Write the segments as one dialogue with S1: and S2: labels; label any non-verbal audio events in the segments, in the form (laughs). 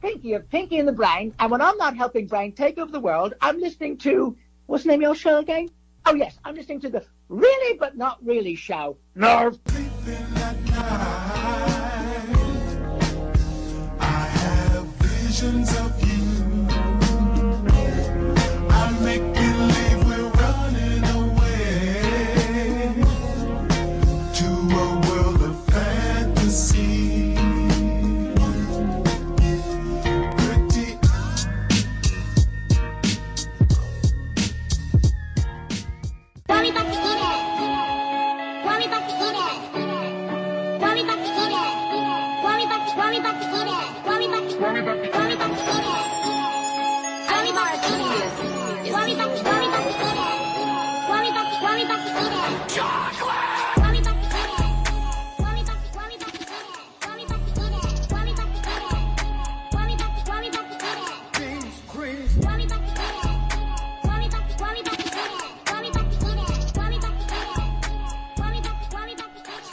S1: Pinky of Pinky and the Brain. And when I'm not helping Brain take over the world, I'm listening to what's the name of your show again? Oh yes, I'm listening to the Really But Not Really show. Nerve.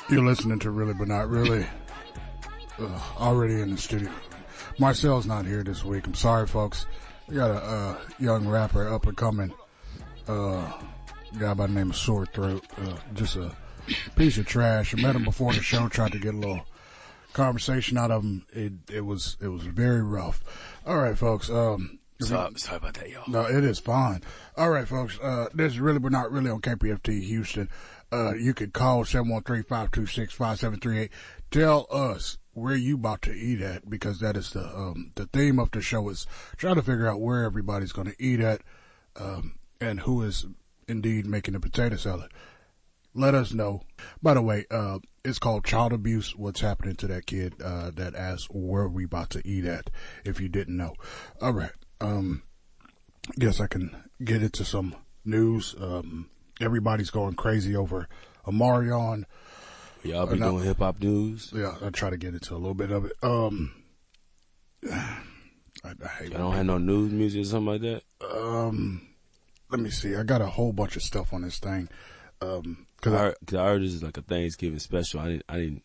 S2: You're listening to Really But Not Really. Ugh, already in the studio. Marcel's not here this week. I'm sorry, folks. We got a uh, young rapper up and coming. Uh, guy by the name of Sore Throat. Uh, just a piece of trash. I met him before the show. Tried to get a little conversation out of him. It it was it was very rough. All right, folks. Um,
S3: Sorry, sorry about that, y'all.
S2: no, it is fine. All right, folks. Uh, this is really, we're not really on KPFT Houston. Uh, you could call 713-526-5738. Tell us where you about to eat at because that is the, um, the theme of the show is try to figure out where everybody's going to eat at, um, and who is indeed making the potato salad. Let us know. By the way, uh, it's called child abuse. What's happening to that kid, uh, that asked where we about to eat at if you didn't know. All right. Um, guess I can get into some news. Um, everybody's going crazy over Amarion.
S3: Y'all be
S2: no.
S3: doing hip hop news.
S2: Yeah, I'll try to get into a little bit of it. Um, (sighs) I, I hate
S3: I don't have no news music or something like that.
S2: Um, let me see. I got a whole bunch of stuff on this thing. Um, cause
S3: I
S2: I,
S3: heard, cause I heard this is like a Thanksgiving special. I didn't. I didn't.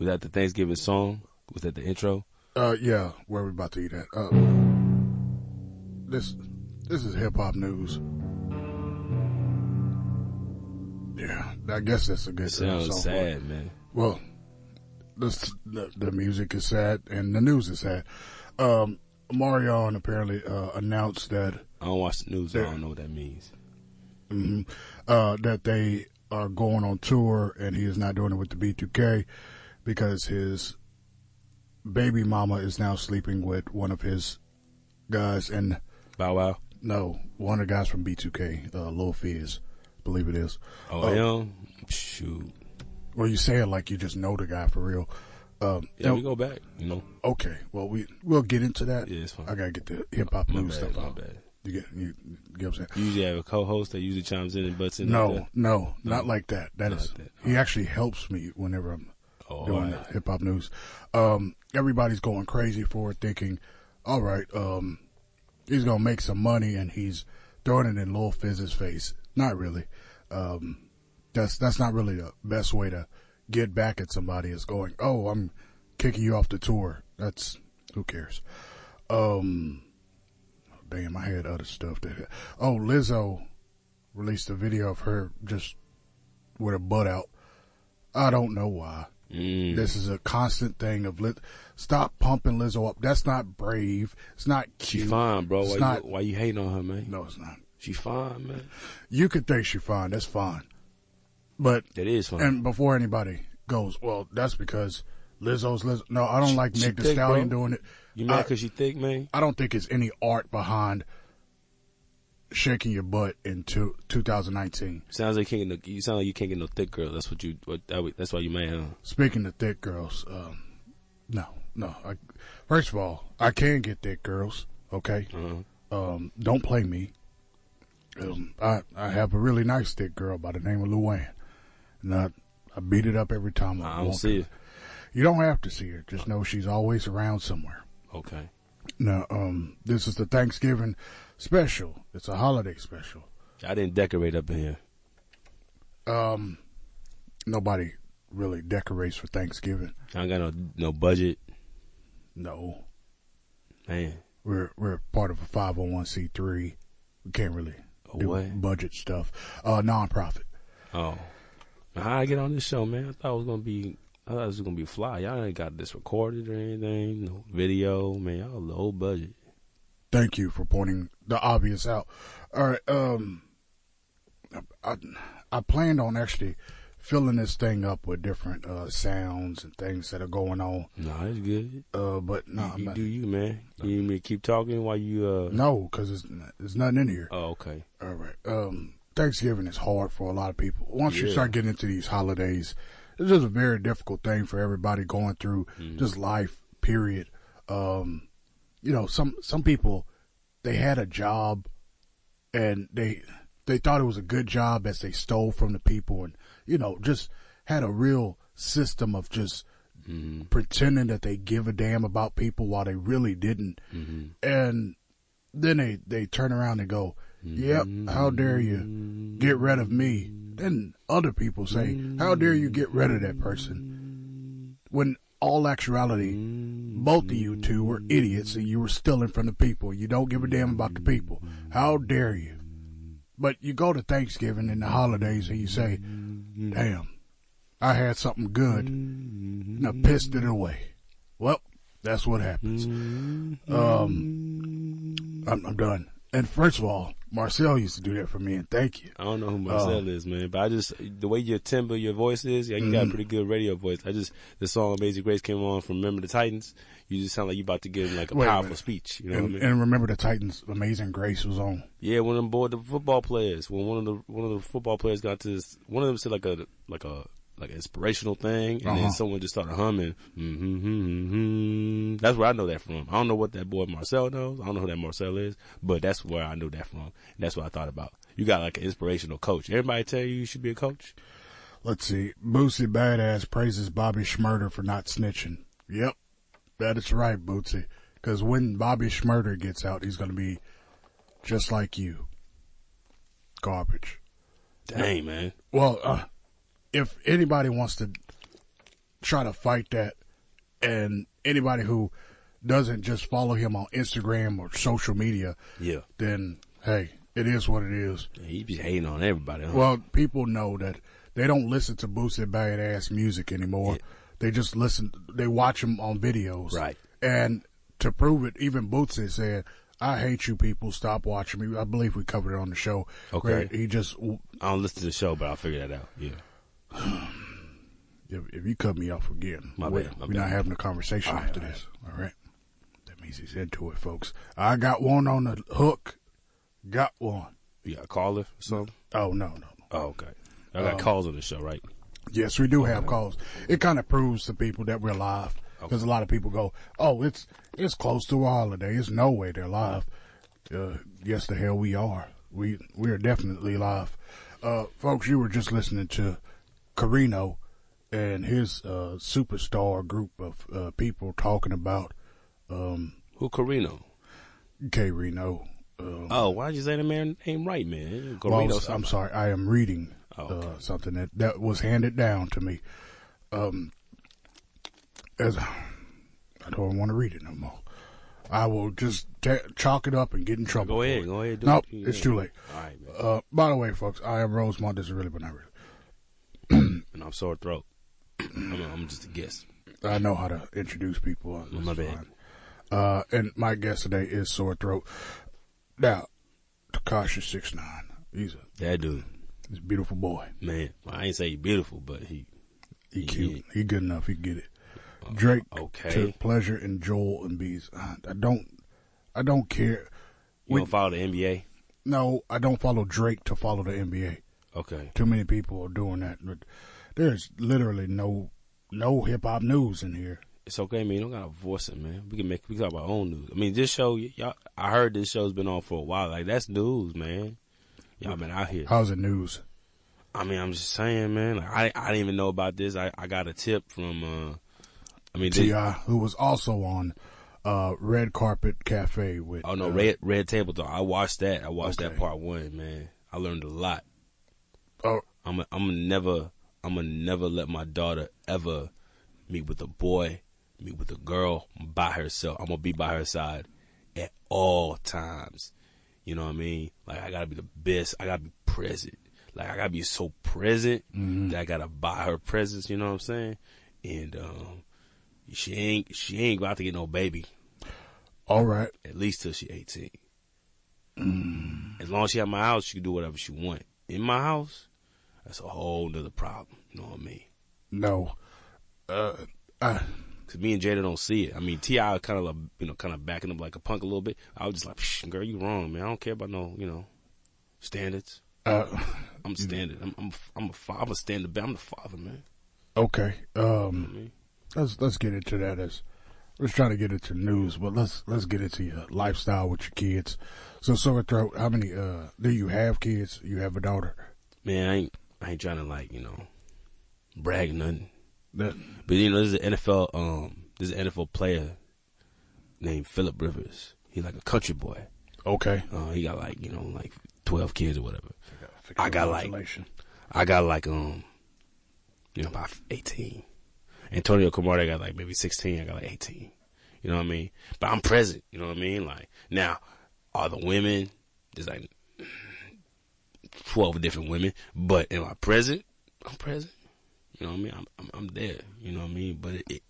S3: Was that the Thanksgiving song? Was that the intro?
S2: uh, yeah, where we about to eat at? Uh, this, this is hip hop news. Yeah, I guess that's a good
S3: It
S2: song.
S3: sounds
S2: for it.
S3: sad, man.
S2: Well, the, the the music is sad and the news is sad. Um, Marion apparently uh, announced that
S3: I don't watch the news. so I don't know what that means.
S2: mhm, uh, that they are going on tour and he is not doing it with the B2K because his baby mama is now sleeping with one of his guys and
S3: Bow Wow.
S2: no one of the guys from B2K, uh, Lil Fizz, believe it is.
S3: Oh, him. Shoot.
S2: Well, you say it like you just know the guy for real. Um,
S3: Yeah,
S2: no-
S3: we go back. You know.
S2: Okay, well we we'll get into that.
S3: Yeah, it's fine.
S2: I gotta get the hip hop
S3: My
S2: news
S3: bad.
S2: stuff
S3: my
S2: out.
S3: bad.
S2: You get you, you get what I'm saying?
S3: You usually have a co-host that usually chimes in and butts in.
S2: no,
S3: like that.
S2: no, not like that. That
S3: Not
S2: is
S3: like that.
S2: he actually helps me whenever I'm
S3: Oh,
S2: doing
S3: alright.
S2: hip hop news. Um, everybody's going crazy for it, thinking, all right, um, he's gonna make some money, and he's throwing it in Lil Fizz's face. Not really. Um, that's that's not really the best way to get back at somebody. Is going, oh, I'm kicking you off the tour. That's who cares. Um, damn, I had other stuff that. Oh, Lizzo released a video of her just with her butt out. I don't know why.
S3: Mm.
S2: This is a constant thing of Liz. Stop pumping Lizzo up. That's not brave. It's not
S3: She
S2: cute.
S3: fine, bro.
S2: It's
S3: Why
S2: not-
S3: you why you hating on her, man?
S2: No, it's not.
S3: She fine, man.
S2: You could think she fine. That's fine. But
S3: That is fine.
S2: and before anybody goes, well, that's because Lizzo's Lizzo. No, I don't like
S3: she
S2: Nick the
S3: thick,
S2: Stallion
S3: bro.
S2: doing it.
S3: you mad
S2: I-
S3: because she thick, man?
S2: I don't think it's any art behind shaking your butt in two, 2019.
S3: Sounds like you can't get no, you sound like you can't get no thick girl. That's what you. What, that, would- that's why you mad, huh?
S2: Speaking of thick girls, um, no, no. I, first of all, I can get thick girls. Okay.
S3: Uh-huh.
S2: um, don't play me. Um, I I have a really nice thick girl by the name of Luann, and I I beat it up every time I,
S3: I don't
S2: want
S3: see
S2: to.
S3: it.
S2: You don't have to see her. Just know she's always around somewhere.
S3: Okay.
S2: Now, um, this is the Thanksgiving special. It's a holiday special.
S3: I didn't decorate up in here.
S2: Um, nobody really decorates for Thanksgiving.
S3: I ain't got no no budget.
S2: No,
S3: I Man,
S2: We're we're part of a five hundred one c three. We can't really
S3: A
S2: do
S3: what?
S2: budget stuff. Uh, nonprofit.
S3: oh, now how I get on this show, man? I thought it was gonna be, I thought it was gonna be fly. Y'all ain't got this recorded or anything, no video, man. Y'all low budget.
S2: Thank you for pointing the obvious out. All right, um, I I planned on actually filling this thing up with different uh sounds and things that are going on.
S3: Nah, it's good.
S2: Uh, but no,
S3: you
S2: nah,
S3: do you, man. You need me to keep talking while you? uh
S2: no, because it's there's nothing in here.
S3: Oh, okay.
S2: All right. Um, Thanksgiving is hard for a lot of people. Once you
S3: Yeah.
S2: start getting into these holidays, it's just a very difficult thing for everybody going through just life. Period. Um, you know, some some people they had a job and they they thought it was a good job as they stole from the people and you know just had a real system of just pretending that they give a damn about people while they really didn't and then they they turn around and go yep how dare you get rid of me then other people say how dare you get rid of that person when all actuality both of you two were idiots and you were stealing from the people you don't give a damn about the people how dare you but you go to Thanksgiving and the holidays and you say, damn, I had something good and I pissed it away. Well, that's what happens. Um, I'm, I'm done. And first of all, Marcel used to do that for me and thank you.
S3: I don't know who Marcel is, man, but I just the way your timbre, your voice is, yeah, you
S2: Mm-hmm.
S3: got a pretty good radio voice. I just the song "Amazing Grace" came on from "Remember the Titans." You just sound like you about to give like a
S2: Wait a
S3: powerful
S2: minute.
S3: speech. You know what I
S2: And,
S3: mean?
S2: and remember the Titans' Amazing Grace was on.
S3: Yeah, one of them boy, the football players. When one of the one of the football players got to this, one of them said like a like a like an inspirational thing, and
S2: Uh-huh.
S3: then someone just started humming. Mm-hmm, mm-hmm. That's where I know that from. I don't know what that boy Marcel knows. I don't know who that Marcel is, but that's where I know that from. That's what I thought about. You got like an inspirational coach. Everybody tell you you should be a coach.
S2: Let's see. Bootsy Badass praises Bobby Schmurder for not snitching. Yep. That is right, Bootsy. Because when Bobby Schmurder gets out, he's going to be just like you. Garbage.
S3: Dang man,
S2: Well, uh, if anybody wants to try to fight that, and anybody who doesn't just follow him on Instagram or social media,
S3: yeah,
S2: then hey, it is what it is.
S3: he be hating on everybody. Huh?
S2: Well, people know that they don't listen to boosted badass music anymore. They just listen. They watch them on videos,
S3: Right.
S2: And to prove it, even Bootsy said, "I hate you people. Stop watching me." I believe we covered it on the show.
S3: Okay.
S2: where He just
S3: I don't listen to the show, but I'll figure that out. Yeah,
S2: if, if you cut me off again,
S3: My
S2: we're,
S3: bad, my
S2: we're
S3: bad.
S2: not having a conversation after this. All right. That means he's into it, folks. I got one on the hook. Got one.
S3: you got a caller or something.
S2: Oh no no. no.
S3: Oh, okay. I got calls on the show, right?
S2: Yes, we do have calls. It kind of proves to people that we're live because a lot of people go, "Oh, it's it's close to a holiday. It's no way they're live." Uh, yes, the hell we are. We we are definitely live, uh, folks. You were just listening to Carino and his uh, superstar group of uh, people talking about
S3: Who Carino?
S2: K Reno. Uh,
S3: Oh, why did you say the man name right, man?
S2: well, I
S3: Garrido
S2: was- I'm
S3: something.
S2: sorry, I am reading
S3: Oh, okay.
S2: uh, something that, that was handed down to me. Um, as I don't want to read it no more. I will just ta chalk it up and get in trouble.
S3: Go
S2: for
S3: ahead,
S2: it.
S3: go ahead. Do
S2: Nope,
S3: it.
S2: it's
S3: Yeah.
S2: too late.
S3: All right, man.
S2: Uh, by the way, folks, I am Rosemont. This is really, but not really.
S3: And I'm sore throat. (clears throat) I'm, I'm just a guest.
S2: I know how to introduce people. Uh,
S3: My
S2: it's
S3: bad.
S2: fine. Uh, and my guest today is sore throat. Now, Takashi six nine. He's a,
S3: That dude,
S2: he's a beautiful boy.
S3: man. Well, I ain't say he beautiful, but he
S2: He
S3: Yeah.
S2: cute. He good enough. He get it. Drake
S3: okay.
S2: took pleasure in Joel and Bees. I, I don't. I don't care.
S3: you don't follow the NBA.
S2: No, I don't follow Drake to follow the NBA.
S3: Okay.
S2: Too many people are doing that. But there's literally no no hip hop news in here.
S3: It's okay, man. You don't gotta voice it, man. We can make we can talk about our own news. I mean, this show, y- y'all. I heard this show's been on for a while. Like that's news, man. Y'all been out here.
S2: How's it news?
S3: I mean, I'm just saying, man. Like, I I didn't even know about this. I, I got a tip from. uh I mean, they,
S2: Ti, who was also on uh, Red Carpet Cafe with.
S3: oh no,
S2: uh,
S3: red red table talk. I watched that. I watched
S2: Okay.
S3: that part one, man. I learned a lot.
S2: Oh,
S3: I'm i I'm gonna never I'm gonna never let my daughter ever meet with a boy, meet with a girl by herself. I'm gonna be by her side at all times. You know what I mean? Like I gotta be the best. I gotta be present. Like I gotta be so present
S2: Mm-hmm.
S3: that I gotta buy her presents. You know what I'm saying? And um, she ain't she ain't about to get no baby
S2: All right.
S3: at least till she 18. As long as she at my house, she can do whatever she want. In my house, that's a whole nother problem. You know what I mean?
S2: No. Uh, uh,
S3: Cause me and Jada don't see it. I mean, Ti kind of like you know kind of backing up like a punk a little bit. I was just like, Psh, girl, you wrong, man. I don't care about no you know standards.
S2: uh,
S3: I'm standard. I'm I'm I'm a fa- I'm a standard. I'm the father, man.
S2: okay. Um, let's let's get into that. As let's try to get into news, but let's let's get into your lifestyle with your kids. So, sore throat. How many? Uh, do you have kids? You have a daughter.
S3: Man, I ain't I ain't trying to like you know brag or nothing.
S2: That,
S3: But you know, there's an NFL um there's an NFL player named Philip Rivers. He's like a country boy.
S2: okay.
S3: Uh, he got like you know like twelve kids or whatever. I got like- I got like um, you know, about eighteen. Antonio Camarda got like maybe sixteen. I got like eighteen. You know what I mean? But I'm present. You know what I mean? Like now, are the women? There's like twelve different women, but am I present? I'm present. You know what I mean? I'm I'm, I'm there. You know what I mean? But it, it,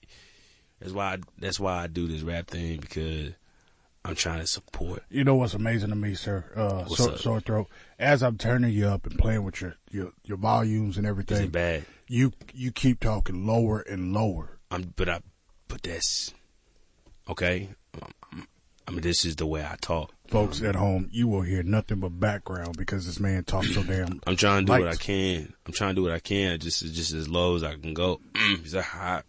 S3: that's why I, that's why I do this rap thing because I'm trying to support.
S2: You know what's amazing to me, sir? Uh,
S3: What's
S2: sore,
S3: up?
S2: sore throat. As I'm turning you up and playing with your your, your volumes and
S3: Is
S2: everything,
S3: it bad?
S2: you you keep talking lower and lower.
S3: I'm, but I, but that's okay. Um, I mean, this is the way I talk.
S2: Folks at home, you will hear nothing but background because this man talks so damn.
S3: I'm trying to do what I
S2: Lights.
S3: can. I'm trying to do what I can. Just, just as low as I can go. (clears throat) Is that high?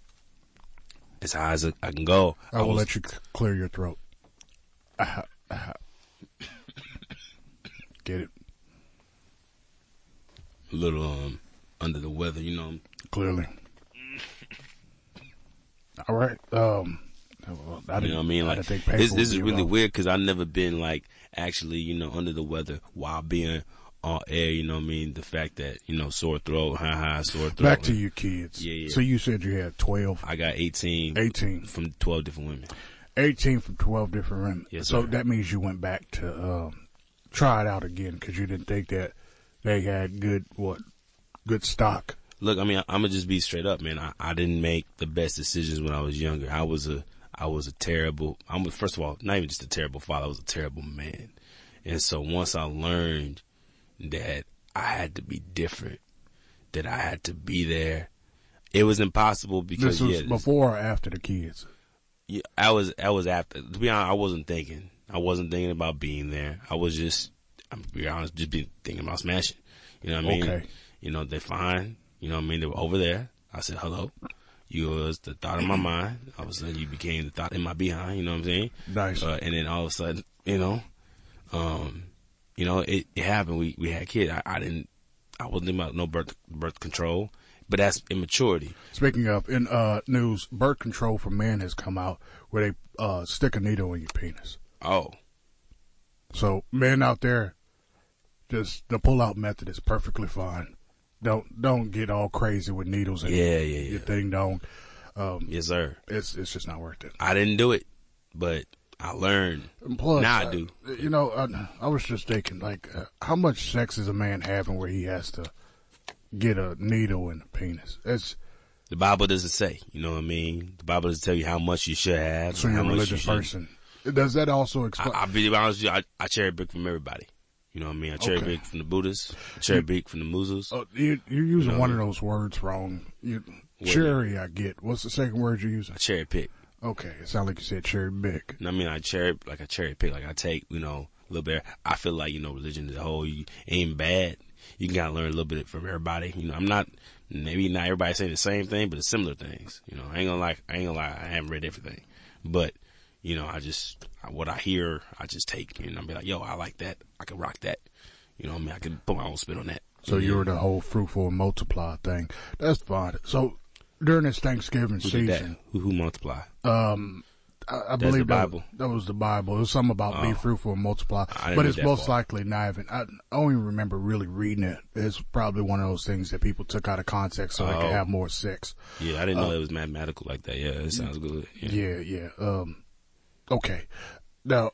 S3: (clears throat) as high as I can go.
S2: I will
S3: was-
S2: let you c- clear your throat. Ah, ah. Get it
S3: a little um under the weather. You know,
S2: clearly. All right. Um, well, I
S3: you
S2: didn't,
S3: know what I mean.
S2: I
S3: Like
S2: didn't think paper
S3: this,
S2: would
S3: this is
S2: be
S3: really
S2: wrong.
S3: weird because I've never been like actually, you know, under the weather while being on air. You know what I mean? The fact that you know sore throat, high high sore throat.
S2: Back to you, kids.
S3: Yeah, yeah.
S2: So you said you had 12,
S3: I got 18,
S2: 18.
S3: from 12 different women.
S2: 18 from 12 different women.
S3: Yes,
S2: so
S3: sir.
S2: that means you went back to um, try it out again because you didn't think that they had good what good stock.
S3: Look, I mean, I'm gonna just be straight up, man. I, I didn't make the best decisions when I was younger. I was a I was a terrible. I'm a, first of all not even just a terrible father. I was a terrible man. And so once I learned that I had to be different, that I had to be there, it was impossible because
S2: This was
S3: yeah, this-
S2: before or after the kids.
S3: yeah, I was I was after. To be honest, I wasn't thinking. I wasn't thinking about being there. I was just, I'm to be honest, just be thinking about smashing. You know what I mean?
S2: Okay.
S3: You know they fine. You know what I mean? They were over there. I said hello. You was the thought
S2: (clears throat)
S3: in my mind. All of a sudden, you became the thought in my behind. You know what I'm saying?
S2: Nice.
S3: Uh, and then all of a sudden, you know, um, you know, it, it happened. We we had kids. I, I didn't. I wasn't thinking about no birth birth control, but that's immaturity.
S2: Speaking of in uh, news, birth control for men has come out where they uh, stick a needle in your penis.
S3: Oh,
S2: So men out there, just the pull out method is perfectly fine. Don't don't get all crazy with needles and
S3: Yeah, yeah, yeah.
S2: your thing. Don't.
S3: yes, sir.
S2: It's it's just not worth it.
S3: I didn't do it, but I learned.
S2: And Plus, uh,
S3: Nah, I do.
S2: You know, I, I was just thinking, like, uh, how much sex is a man having where he has to get a needle in the penis? It's
S3: The Bible doesn't say. You know what I mean? The Bible doesn't tell you how much you should have.
S2: so
S3: or
S2: you're
S3: how
S2: a
S3: much you
S2: religious
S3: shouldn't.
S2: person. Does that also
S3: I,
S2: explain?
S3: I'll be honest with you. I, I cherry pick from everybody. You know what I mean? I cherry
S2: Okay.
S3: pick from the Buddhists. I cherry pick from the Muslims.
S2: oh, you, you're using
S3: No.
S2: one of those words wrong. You,
S3: Wait a
S2: cherry, I get. What's the second word you're using?
S3: I cherry pick.
S2: Okay, it sounds like you said cherry big.
S3: And I mean, I cherry like I cherry pick. Like I take you know a little bit. I feel like you know religion as a whole you, ain't bad. You can gotta learn a little bit from everybody. You know, I'm not maybe not everybody saying the same thing, but it's similar things. You know, I ain't gonna like I ain't gonna lie. I haven't read everything, but you know, I just I, what I hear, I just take and I'll be like, yo, I like that. I can rock that. You know, what I mean, I can put my own spin on that.
S2: So you were the whole fruitful and multiply thing. That's fine. So during this Thanksgiving
S3: who did that?
S2: season,
S3: Who who multiply?
S2: um, I, I
S3: the
S2: believe that-
S3: Bible.
S2: That, was the Bible. It was something about be
S3: Oh.
S2: fruitful and multiply,
S3: I didn't
S2: but
S3: read
S2: it's
S3: that
S2: most
S3: far.
S2: likely not even. I, I don't even remember really reading it. It's probably one of those things that people took out of context so they
S3: Oh.
S2: could have more sex.
S3: Yeah, I didn't know it was mathematical like that. Yeah, it sounds good. Yeah.
S2: Yeah, yeah. Um, Okay. Now,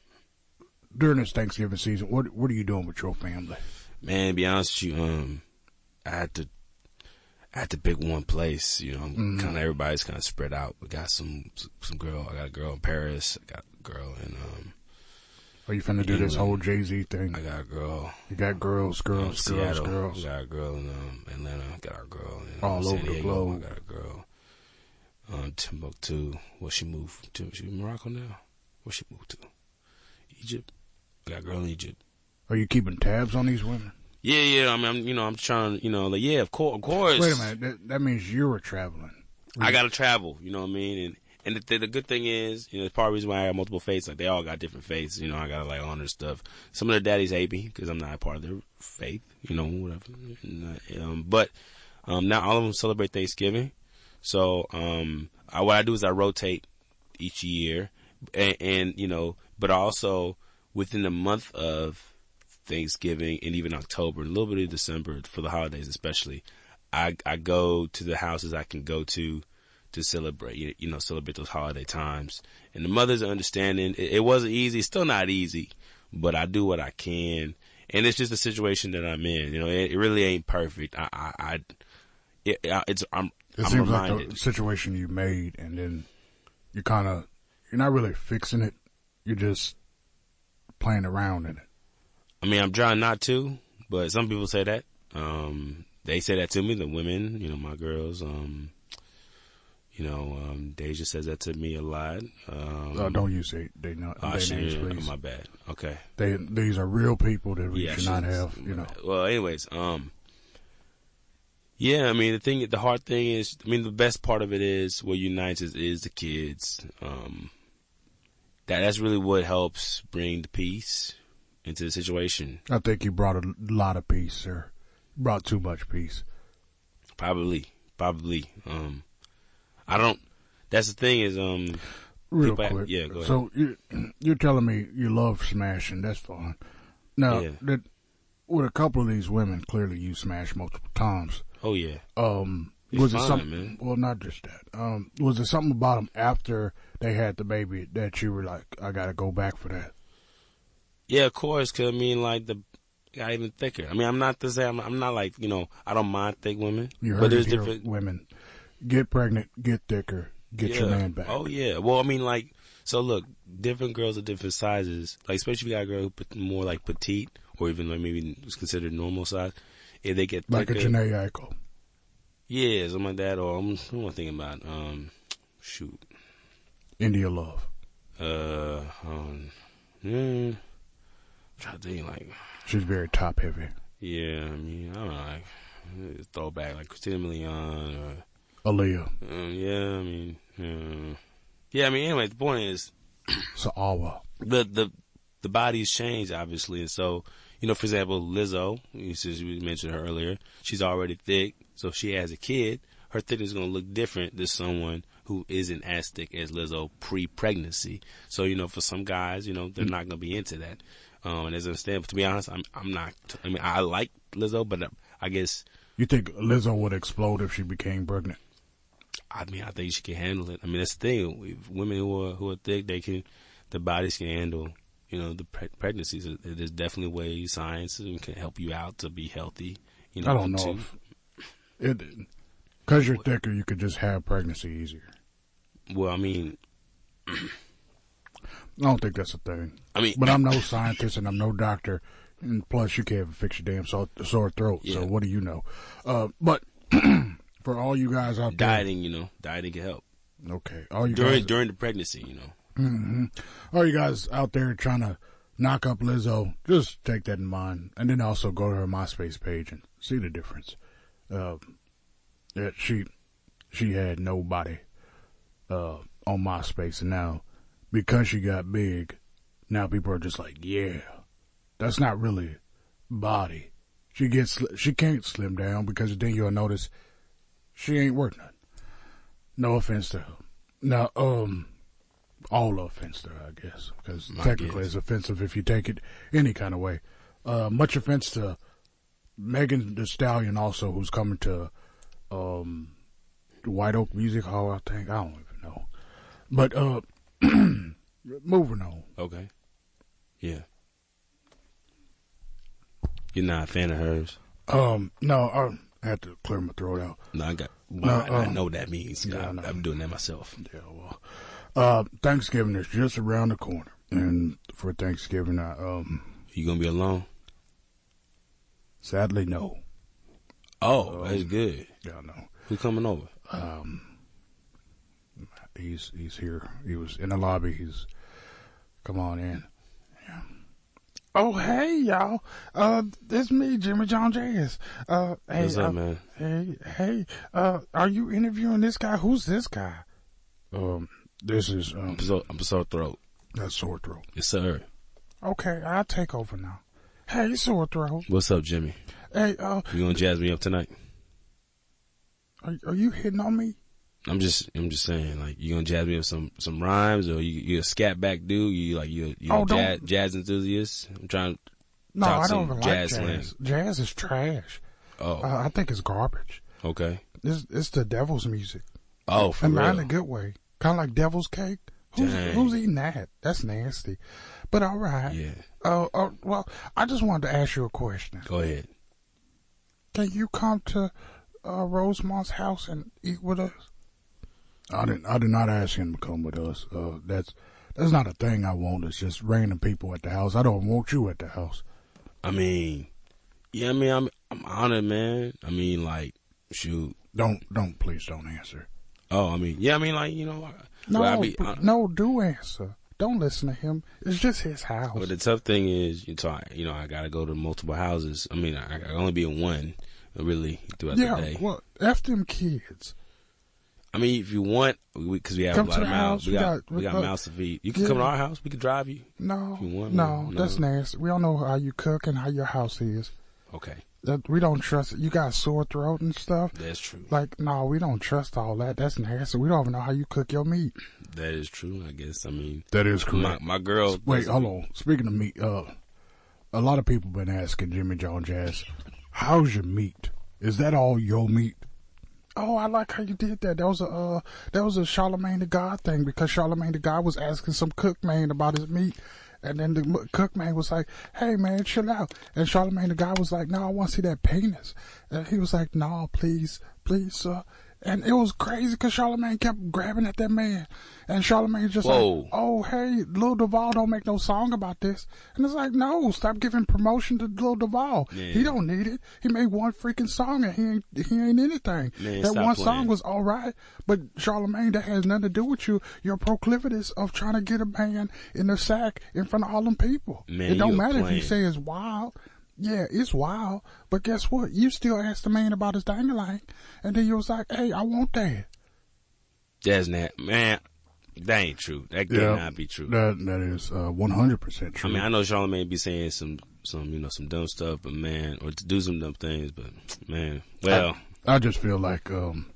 S2: during this Thanksgiving season, what what are you doing with your family?
S3: Man, to be honest with you, um, I had to, I had to pick one place. You know,
S2: Mhm.
S3: kind of everybody's kind of spread out. We got some some girl. I got a girl in Paris. I got a girl in um,
S2: Are you finna do this
S3: England.
S2: whole Jay Z thing?
S3: I got a girl
S2: You got girls,
S3: in um,
S2: girls, girls,
S3: Seattle.
S2: girls.
S3: I got a girl in um, Atlanta. I got a girl in um,
S2: All
S3: San
S2: over the
S3: Diego.
S2: globe.
S3: I got a girl um, Timbuktu. Well, she moved to she in Morocco now. Where she moved to? Egypt. I got a girl in Egypt.
S2: Are you keeping tabs on these women?
S3: Yeah, yeah. I mean, I'm, you know, I'm trying. You know, like, yeah, of course, of course.
S2: Wait a minute. That, that means you were traveling.
S3: I gotta travel. You know what I mean? And and the, th- the good thing is, you know, it's part of the reason why I have multiple faiths. Like they all got different faiths. You know, I gotta like honor stuff. Some of their daddies hate me because I'm not a part of their faith. You know, whatever. And, uh, Um, but um, not all of them celebrate Thanksgiving. So um, I, what I do is I rotate each year, and, and you know, but also within the month of Thanksgiving and even October, a little bit of December for the holidays, especially. I I go to the houses I can go to to celebrate, you, you know, celebrate those holiday times. And the mothers are understanding. It, it wasn't easy, it's still not easy, but I do what I can. And it's just the situation that I'm in. You know, it, it really ain't perfect. I, I, I it, I- it's, I'm,
S2: It
S3: I'm
S2: seems
S3: reminded.
S2: like the situation you made, and then you kind of you're not really fixing it. You're just playing around in it. Uh,
S3: I mean, I'm trying not to, but some people say that. Um, they say that to me, the women, you know, my girls, um, you know, um, Deja says that to me a lot. Um,
S2: Uh, don't use they they not
S3: oh,
S2: they
S3: shit,
S2: names,
S3: yeah,
S2: please.
S3: my bad. Okay.
S2: They these are real people that we
S3: Yeah,
S2: should not
S3: shit.
S2: have. You know.
S3: Well, anyways, um, yeah, I mean, the thing, the hard thing is, I mean, the best part of it is what unites is, is the kids. Um, that that's really what helps bring the peace into the situation.
S2: I think you brought a lot of peace, sir. You brought too much peace.
S3: Probably, probably. Um, I don't. That's the thing is, um,
S2: Real
S3: People-
S2: quick.
S3: yeah, go ahead.
S2: So you you're telling me you love smashing? That's fine. Now,
S3: Yeah.
S2: that, with a couple of these women, clearly you smashed multiple times.
S3: oh yeah,
S2: Um,
S3: It's
S2: was it
S3: fine,
S2: something?
S3: man.
S2: Well, not just that. Um, was it something about them after they had the baby that you were like, I gotta go back for that?
S3: yeah, of course. Cause I mean, like the got even thicker. I mean, I'm not to say I'm, I'm not like you know, I don't mind thick women,
S2: You
S3: but
S2: heard
S3: there's
S2: it here,
S3: different.
S2: women. Get pregnant, get thicker, get your man back.
S3: Oh yeah. Well, I mean, like, so look, different girls are different sizes. Like, especially if you got a girl who put more like petite, or even like maybe is considered normal size. If they get
S2: like
S3: thicker,
S2: a Janae Eichel.
S3: yeah, something like that. Or I'm, who am I thinking about? Um, shoot.
S2: India Love.
S3: Uh, um, mm, I'm trying to think like,
S2: She's very top heavy.
S3: yeah, I mean, I don't know, like uh, throwback like Christina Milian, or
S2: Aaliyah.
S3: um, yeah, I mean, uh, yeah, I mean, anyway, the point is
S2: Saawa.
S3: the the the body's changed obviously, and so you know, for example, Lizzo, you since you mentioned her earlier, she's already thick, so if she has a kid, her thickness is gonna look different than someone who isn't as thick as Lizzo pre-pregnancy. So you know, for some guys, you know, they're not gonna be into that, um, and as understand. But to be honest, I'm I'm not. I mean, I like Lizzo, but I, I guess
S2: You think Lizzo would explode if she became pregnant?
S3: I mean, I think she can handle it. I mean, that's the thing. If women who are who are thick, they can, the bodies can handle, you know, the pre- pregnancies. There- There's definitely ways science can help you out to be healthy. You know,
S2: I don't
S3: for
S2: know.
S3: two.
S2: If it, Cause you're thicker, you could just have pregnancy easier.
S3: Well, I mean,
S2: I don't think that's a thing.
S3: I mean,
S2: But I'm no scientist and I'm no doctor. And plus, you can't even fix your damn sore, sore throat.
S3: Yeah.
S2: So what do you know? Uh, but (clears throat) for all you guys out there,
S3: dieting, you know, dieting can help
S2: okay, all you
S3: during
S2: guys,
S3: during the pregnancy. You know,
S2: Mhm. all you guys out there trying to knock up Lizzo, just take that in mind, and then also go to her MySpace page and see the difference. Uh, that she she had nobody uh, on MySpace, and now because she got big, now people are just like, yeah, that's not really body. She gets sli- she can't slim down because then you'll notice she ain't worth nothing. No offense to her. Now, um, all offense to her, I guess, because
S3: My
S2: technically it's
S3: guess.
S2: offensive if you take it any kind of way. Uh, much offense to Megan the Stallion also, who's coming to um White Oak Music Hall, I think. I don't even know. But uh (clears throat) Moving on.
S3: Okay. Yeah. You're not a fan of hers.
S2: Um, no, I had to clear my throat out.
S3: No, I got. Well,
S2: No,
S3: I, I
S2: um,
S3: know what that means.
S2: yeah, I
S3: I'm,
S2: know.
S3: I'm doing that myself.
S2: Yeah, well, uh, Thanksgiving is just around the corner, and for Thanksgiving, I um,
S3: You gonna be alone?
S2: sadly, no.
S3: Oh, that's good.
S2: Yeah, no.
S3: Who coming over?
S2: Um, he's he's here. He was in the lobby. He's come on in. Yeah. Oh hey y'all, uh, it's me, Jimmy John Jazz. Uh, hey,
S3: What's up, man?
S2: Hey, hey, uh, are you interviewing this guy? Who's this guy? Um, this is, um,
S3: I'm so I'm sore throat.
S2: that's Sore Throat.
S3: Yes, sir.
S2: Okay, I'll take over now. Hey, Sore Throat.
S3: What's up, Jimmy?
S2: Hey, uh,
S3: You gonna jazz me up tonight?
S2: are, are you hitting on me?
S3: I'm just I'm just saying, like, you gonna jazz me up some some rhymes, or you you a scat back dude? You like you a- you
S2: Oh,
S3: a jazz,
S2: don't-
S3: jazz enthusiast? I'm trying.
S2: No,
S3: Talk
S2: I don't
S3: some
S2: even
S3: jazz
S2: like jazz. Jazz is trash.
S3: Oh,
S4: Uh-huh.
S2: Uh, I think it's garbage.
S3: okay.
S2: It's, it's the devil's music.
S3: Oh, for
S2: and not in
S3: real.
S2: a good way. Kind of like devil's cake. Who's,
S3: Dang.
S2: who's eating that? That's nasty. But all right.
S3: Yeah.
S2: Uh, uh, well, I just wanted to ask you a question.
S3: Go ahead.
S2: Can you come to uh, Rosemont's house and eat with us? I didn't. I did not ask him to come with us. Uh, that's that's not a thing I want. It's just random people at the house. I don't want you at the house.
S3: I mean, yeah. I mean, I'm I'm honored, man. I mean, like, shoot.
S2: Don't don't please don't answer.
S3: Oh, I mean, yeah. I mean, like, you know, I-
S4: No,
S3: well, I mean,
S4: but-
S3: I-
S4: no, do answer. Don't listen to him. It's just his house.
S3: But the tough thing is, you know, I, you know, I gotta go to multiple houses. I mean, I, I can only be in one, really, throughout the
S4: yeah,
S3: day.
S4: well, F them kids.
S3: I mean, if you want, because we, have
S4: Come to
S3: a lot of
S4: the
S3: mouths,
S4: house,
S3: we
S4: we
S3: got,
S4: got-
S3: we got
S4: look.
S3: mouths to feed. You can
S4: Yeah.
S3: come to our house. We can drive you.
S4: No,
S3: You want
S4: no,
S3: one?
S4: that's
S3: No.
S4: nasty. We don't know how you cook and how your house is.
S3: Okay,
S4: That we don't trust it. You got sore throat and stuff.
S3: that's true.
S4: Like, no, we don't trust all that. That's nasty. We don't even know how you cook your meat.
S3: That is true. I guess. I mean,
S2: That is
S3: my
S2: correct.
S3: my girl.
S2: Wait, hold on. Speaking of meat, uh, a lot of people been asking Jimmy John Jazz, "How's your meat? Is that all your meat?"
S4: Oh, I like how you did that. That was a uh, that was a Charlemagne the God thing because Charlemagne the God was asking some cook man about his meat, and then the m- cook man was like, "Hey man, chill out." And Charlemagne the God was like, "No, I want to see that penis," and he was like, "No, please, please, sir." And it was crazy because Charlemagne kept grabbing at that man, and Charlemagne just
S3: Whoa.
S4: like, "Oh hey, Lil Duval don't make no song about this," and it's like, "No, stop giving promotion to Lil Duval.
S3: Yeah.
S4: He don't need it. He made one freaking song and he ain't he ain't anything."
S3: Man,
S4: that
S3: stop
S4: one
S3: playing.
S4: song was all right, but Charlemagne, that has nothing to do with you. Your proclivities of trying to get a man in the sack in front of all them people.
S3: Man,
S4: it don't
S3: you a
S4: matter if you
S3: plant.
S4: say it's wild. Yeah, it's wild, but guess what? You still asked the man about his dangling, and then you was like, "Hey, I want that."
S3: That's not man. That ain't true. That cannot be true.
S2: That that is uh, one hundred percent
S3: I
S2: true.
S3: mean, I know Charlamagne be saying some some you know some dumb stuff, but man, or do some dumb things, but man, well,
S2: I just feel like um,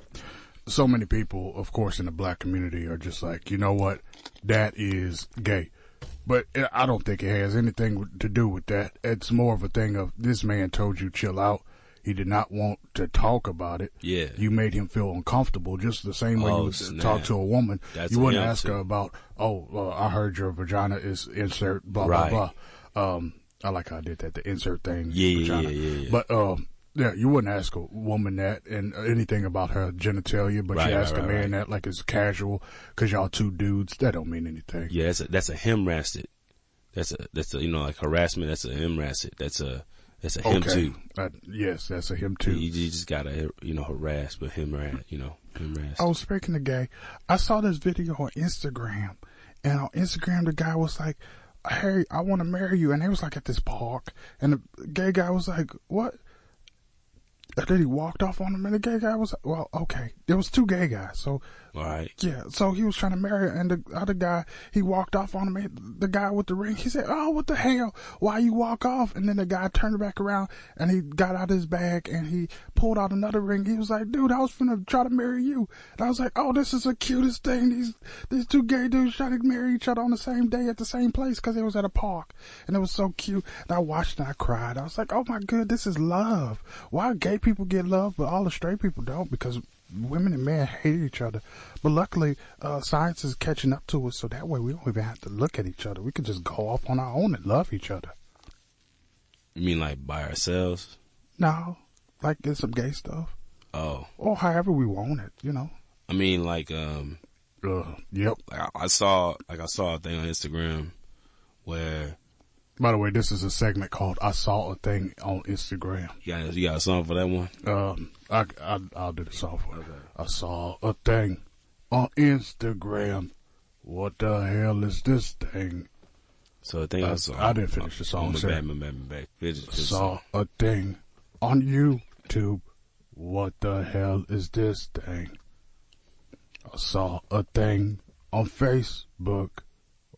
S2: so many people, of course, in the black community are just like, you know what, that is gay. But I- I don't think it has anything to do with that. It's more of a thing of this man told you chill out. He did not want to talk about it.
S3: Yeah.
S2: You made him feel uncomfortable just the same way
S3: Oh,
S2: you would
S3: snap.
S2: talk to a woman.
S3: That's
S2: you wouldn't
S3: him,
S2: ask
S3: too.
S2: her about, oh, uh, I heard your vagina is insert blah, blah,
S3: Right.
S2: blah. Um, I like how I did that, the insert thing.
S3: Yeah, yeah,
S2: vagina.
S3: yeah, yeah, yeah.
S2: But um, yeah, you wouldn't ask a woman that and anything about her genitalia, but
S3: Right,
S2: you
S3: right,
S2: ask
S3: right,
S2: a man
S3: right.
S2: that like it's casual because y'all two dudes. That don't mean anything.
S3: yeah, that's a that's a him rasted. That's a that's a you know like harassment. That's a him rasted. That's a that's a him too.
S2: Uh, yes, that's a him
S3: You,
S2: too.
S3: you just gotta you know harass, but him harass, you know him harass.
S4: Oh, speaking of gay, I saw this video on Instagram, and on Instagram the guy was like, "Hey, I want to marry you," and they was like at this park, and the gay guy was like, "What?" And then he walked off on him, and the gay guy was well, okay. There was two gay guys, so
S3: All right,
S4: yeah, so he was trying to marry her, and the other guy, he walked off on him. and The guy with the ring, he said, "Oh, what the hell? Why you walk off?" And then the guy turned back around, and he got out his bag and he pulled out another ring. He was like, "Dude, I was finna try to marry you." And I was like, "Oh, this is the cutest thing. These these two gay dudes trying to marry each other on the same day at the same place because it was at a park, and it was so cute." And I watched and I cried. I was like, "Oh my good, this is love. Why gay people get love, but all the straight people don't because women and men hated each other. But luckily, uh, science is catching up to us, so that way we don't even have to look at each other. We can just go off on our own and love each other.
S3: You mean like by ourselves?
S4: No, like in some gay stuff
S3: Oh,
S4: or however we want it, you know.
S3: I mean like um,
S2: Uh, yep.
S3: like I, I saw like I saw a thing on Instagram where
S2: By the way, this is a segment called "I Saw a Thing on Instagram."
S3: you got you got a song for that one.
S2: Um, I, I I'll do the software. I saw a thing on Instagram. What the hell is this thing?
S3: So the thing I
S2: Uh,
S3: saw,
S2: I didn't finish the song,
S3: My
S2: sir.
S3: bad, my bad, my bad. Finish- finish the
S2: saw
S3: song.
S2: a thing on YouTube. What the hell is this thing? I saw a thing on Facebook.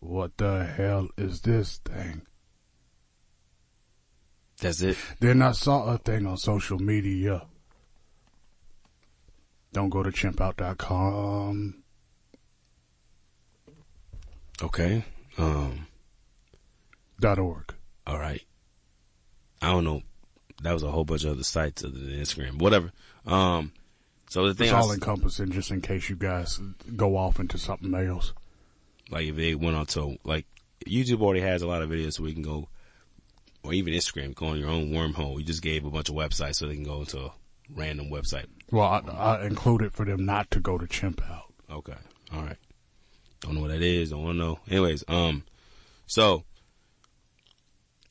S2: What the hell is this thing?
S3: That's it.
S2: Then I saw a thing on social media. Don't go to chimpout.com.
S3: Okay. Um.
S2: Dot org.
S3: All right. I don't know. That was a whole bunch of other sites other than Instagram. Whatever. Um. So the thing,
S2: It's
S3: I,
S2: all
S3: s-
S2: encompassing just in case you guys go off into something else.
S3: like if they went on to like YouTube already has a lot of videos so we can go, or even Instagram, go on your own wormhole. You just gave a bunch of websites so they can go into a random website.
S2: Well, I, I included for them not to go to chimpout.
S3: Okay. All right. Don't know what that is. Don't want to know. Anyways, um, so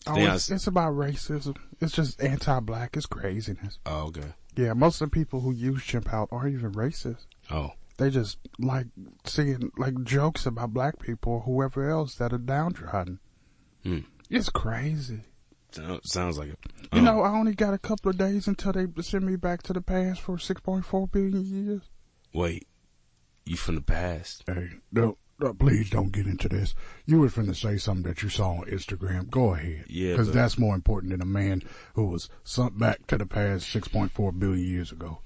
S4: Oh,
S3: Yeah,
S4: it's,
S3: it's-
S4: it's about racism. It's just anti-black. It's craziness.
S3: oh, okay.
S4: Yeah, most of the people who use chimp out aren't even racist.
S3: Oh,
S4: They just like seeing like jokes about black people or whoever else that are downtrodden.
S3: hmm.
S4: It's crazy.
S3: Sound- sounds like it.
S4: You
S3: Um,
S4: know, I only got a couple of days until they send me back to the past for 6.4 billion years.
S3: wait, you from the past?
S2: Hey, no, no, please don't get into this. You were finna say something that you saw on Instagram. Go ahead.
S3: Yeah,
S2: Because
S3: but-
S2: that's more important than a man who was sunk back to the past 6.4 billion years ago.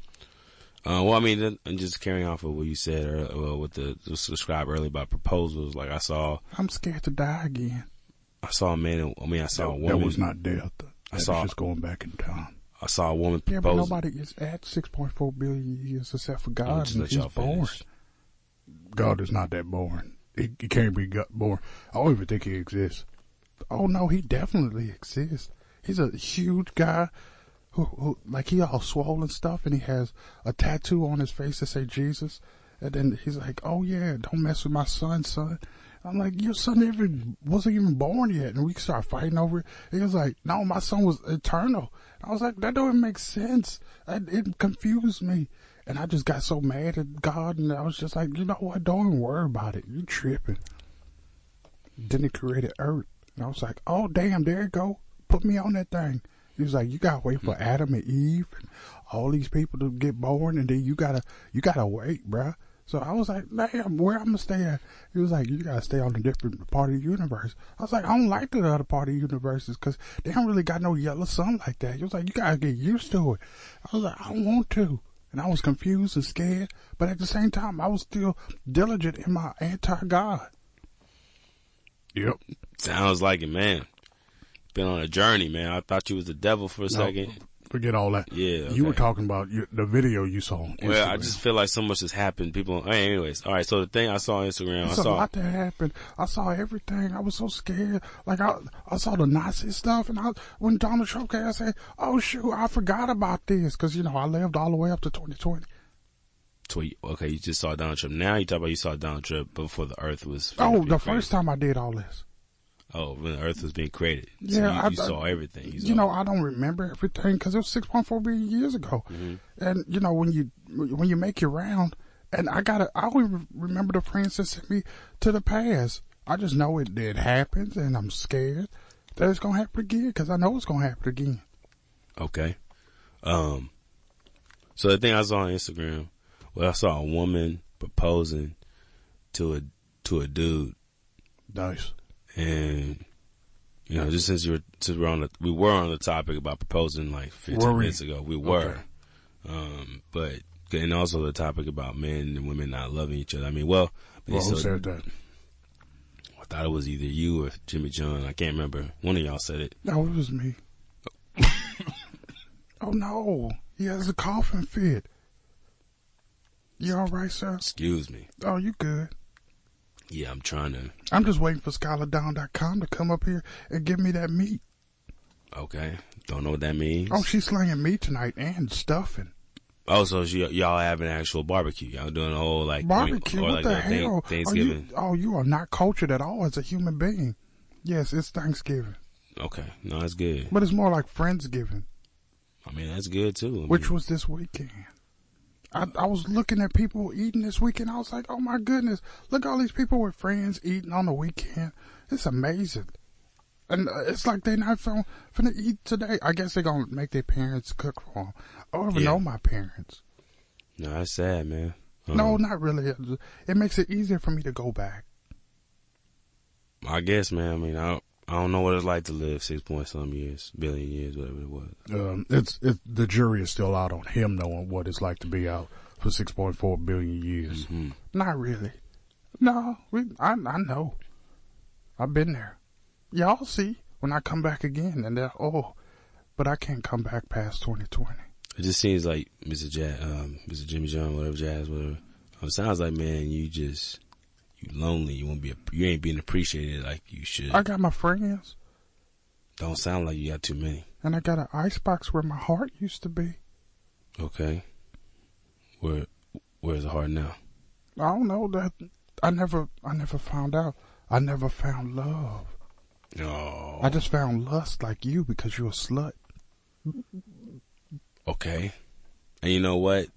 S3: Uh, well, I mean, then- and just carrying off of what you said, earlier, well, what the was described earlier about proposals. Like I saw,
S4: I'm scared to die again.
S3: I saw a man. and- I mean, I saw a
S2: That
S3: woman.
S2: was not death. That
S3: I
S2: was
S3: saw-
S2: just going back in time.
S3: I saw a woman
S4: Yeah, but
S3: proposing.
S4: nobody is at 6.4 billion years except for
S3: I'll
S4: God.
S3: just
S4: and
S3: let y'all
S4: he's born.
S3: finish.
S2: God is not that boring. He, he can't be go- born. I don't even think he exists.
S4: Oh no, he definitely exists. He's a huge guy who, who like he all swollen stuff and he has a tattoo on his face that say Jesus. And then he's like, "Oh yeah, don't mess with my son, son." I'm like, "Your son even wasn't even born yet," and we start fighting over it. He was like, "No, my son was eternal." I was like, "That don't even make sense." It, it confused me, and I just got so mad at God, and I was just like, "You know what? Don't even worry about it. You tripping." Then he created Earth. And I was like, oh, damn, there you go. Put me on that thing. He was like, you gotta wait for Adam and Eve and all these people to get born and then you gotta, you gotta wait, bruh. So I was like, damn, where I'm gonna stay at? He was like, you gotta stay on a different part of the universe. I was like, I don't like the other part of the universes because they don't really got no yellow sun like that. He was like, you gotta get used to it. I was like, I don't want to. And I was confused and scared, but at the same time, I was still diligent in my anti-God.
S2: Yep.
S3: Sounds like it, man. Been on a journey, man. I thought you was the devil for a second.
S2: Forget all that.
S3: Yeah,
S2: You were
S3: okay.
S2: talking about your, the video you saw on Instagram.
S3: Well, I just feel like so much has happened. People, hey, anyways, all right. So the thing I saw on Instagram, I
S4: It's a
S3: saw
S4: lot that happened. I saw everything. I was so scared. Like I, I saw the Nazi stuff, and I when Donald Trump came, I said, "Oh shoot, I forgot about this," because you know I lived all the way up to 2020.
S3: tweet. Okay, you just saw Donald Trump. Now you talk about you saw Donald Trump before the Earth was.
S4: Oh,
S3: being
S4: the
S3: created.
S4: first time I did all this.
S3: Oh, when the Earth was being created. So
S4: Yeah,
S3: you,
S4: I-
S3: you
S4: I-
S3: saw everything. You,
S4: You know, I don't remember everything because it was 6.4 billion years ago. And you know, when you when you make your round, and I gotta, I only re- remember the friends that sent me to the past. I just know it it happens, and I'm scared that it's gonna happen again because I know it's gonna happen again.
S3: okay. Um. So the thing I saw on Instagram, well, I saw a woman proposing to a to a dude,
S2: Nice.
S3: and you know, just since you were since we're on the we were on the topic about proposing like 15
S2: Were we?
S3: minutes ago, we were. Um, but and also the topic about men and women not loving each other. I mean, well,
S2: Well, who
S3: so-
S2: said that?
S3: I thought it was either you or Jimmy John. I can't remember. One of y'all said it.
S4: No, it was me. oh no, he has a coughing fit. You all right, sir?
S3: Excuse me.
S4: Oh, you good?
S3: Yeah, I'm trying to.
S4: I'm just waiting for ScholarDown.com to come up here and give me that meat.
S3: Okay. Don't know what that means.
S4: Oh, she's slinging meat tonight and stuffing.
S3: Oh, so she, y'all have an actual barbecue. Y'all doing a whole like
S4: Barbecue?
S3: or
S4: what
S3: like
S4: the
S3: a thing-
S4: hell? Are you-
S3: Thanksgiving.
S4: oh, you are not cultured at all as a human being. Yes, it's Thanksgiving,
S3: Okay, no, that's good.
S4: but it's more like Friendsgiving,
S3: I mean, that's good too. I mean,
S4: which was this weekend. I, I was looking at people eating this weekend. I was like, oh my goodness, look at all these people with friends eating on the weekend. It's amazing. And uh, it's like they're not fin- finna eat today. I guess they're gonna make their parents cook for them. I don't even
S3: Yeah.
S4: know my parents.
S3: no, that's sad, man.
S4: No,
S3: Um,
S4: not really. It- It makes it easier for me to go back.
S3: I guess, man. I mean, I don't, I don't know what it's like to live six point some years, billion years, whatever it was.
S2: Um, it's it, the jury is still out on him knowing what it's like to be out for 6.4 billion years.
S4: Not really. No, we. I I know. I've been there. Y'all see when I come back again, and they're oh, but I can't come back past twenty twenty.
S3: It just seems like Mr. Jazz, um, Mr. Jimmy John, whatever Jazz, whatever. Um, sounds like man, you just you lonely. You won't be. You ain't being appreciated like you should.
S4: I got my friends,
S3: Don't sound like you got too many.
S4: and I got an icebox where my heart used to be.
S3: Okay. Where where's the heart now?
S4: I don't know that. I never. I never found out. I never found love.
S3: Oh.
S4: I just found lust like you because you're a slut.
S3: Okay. And you know what?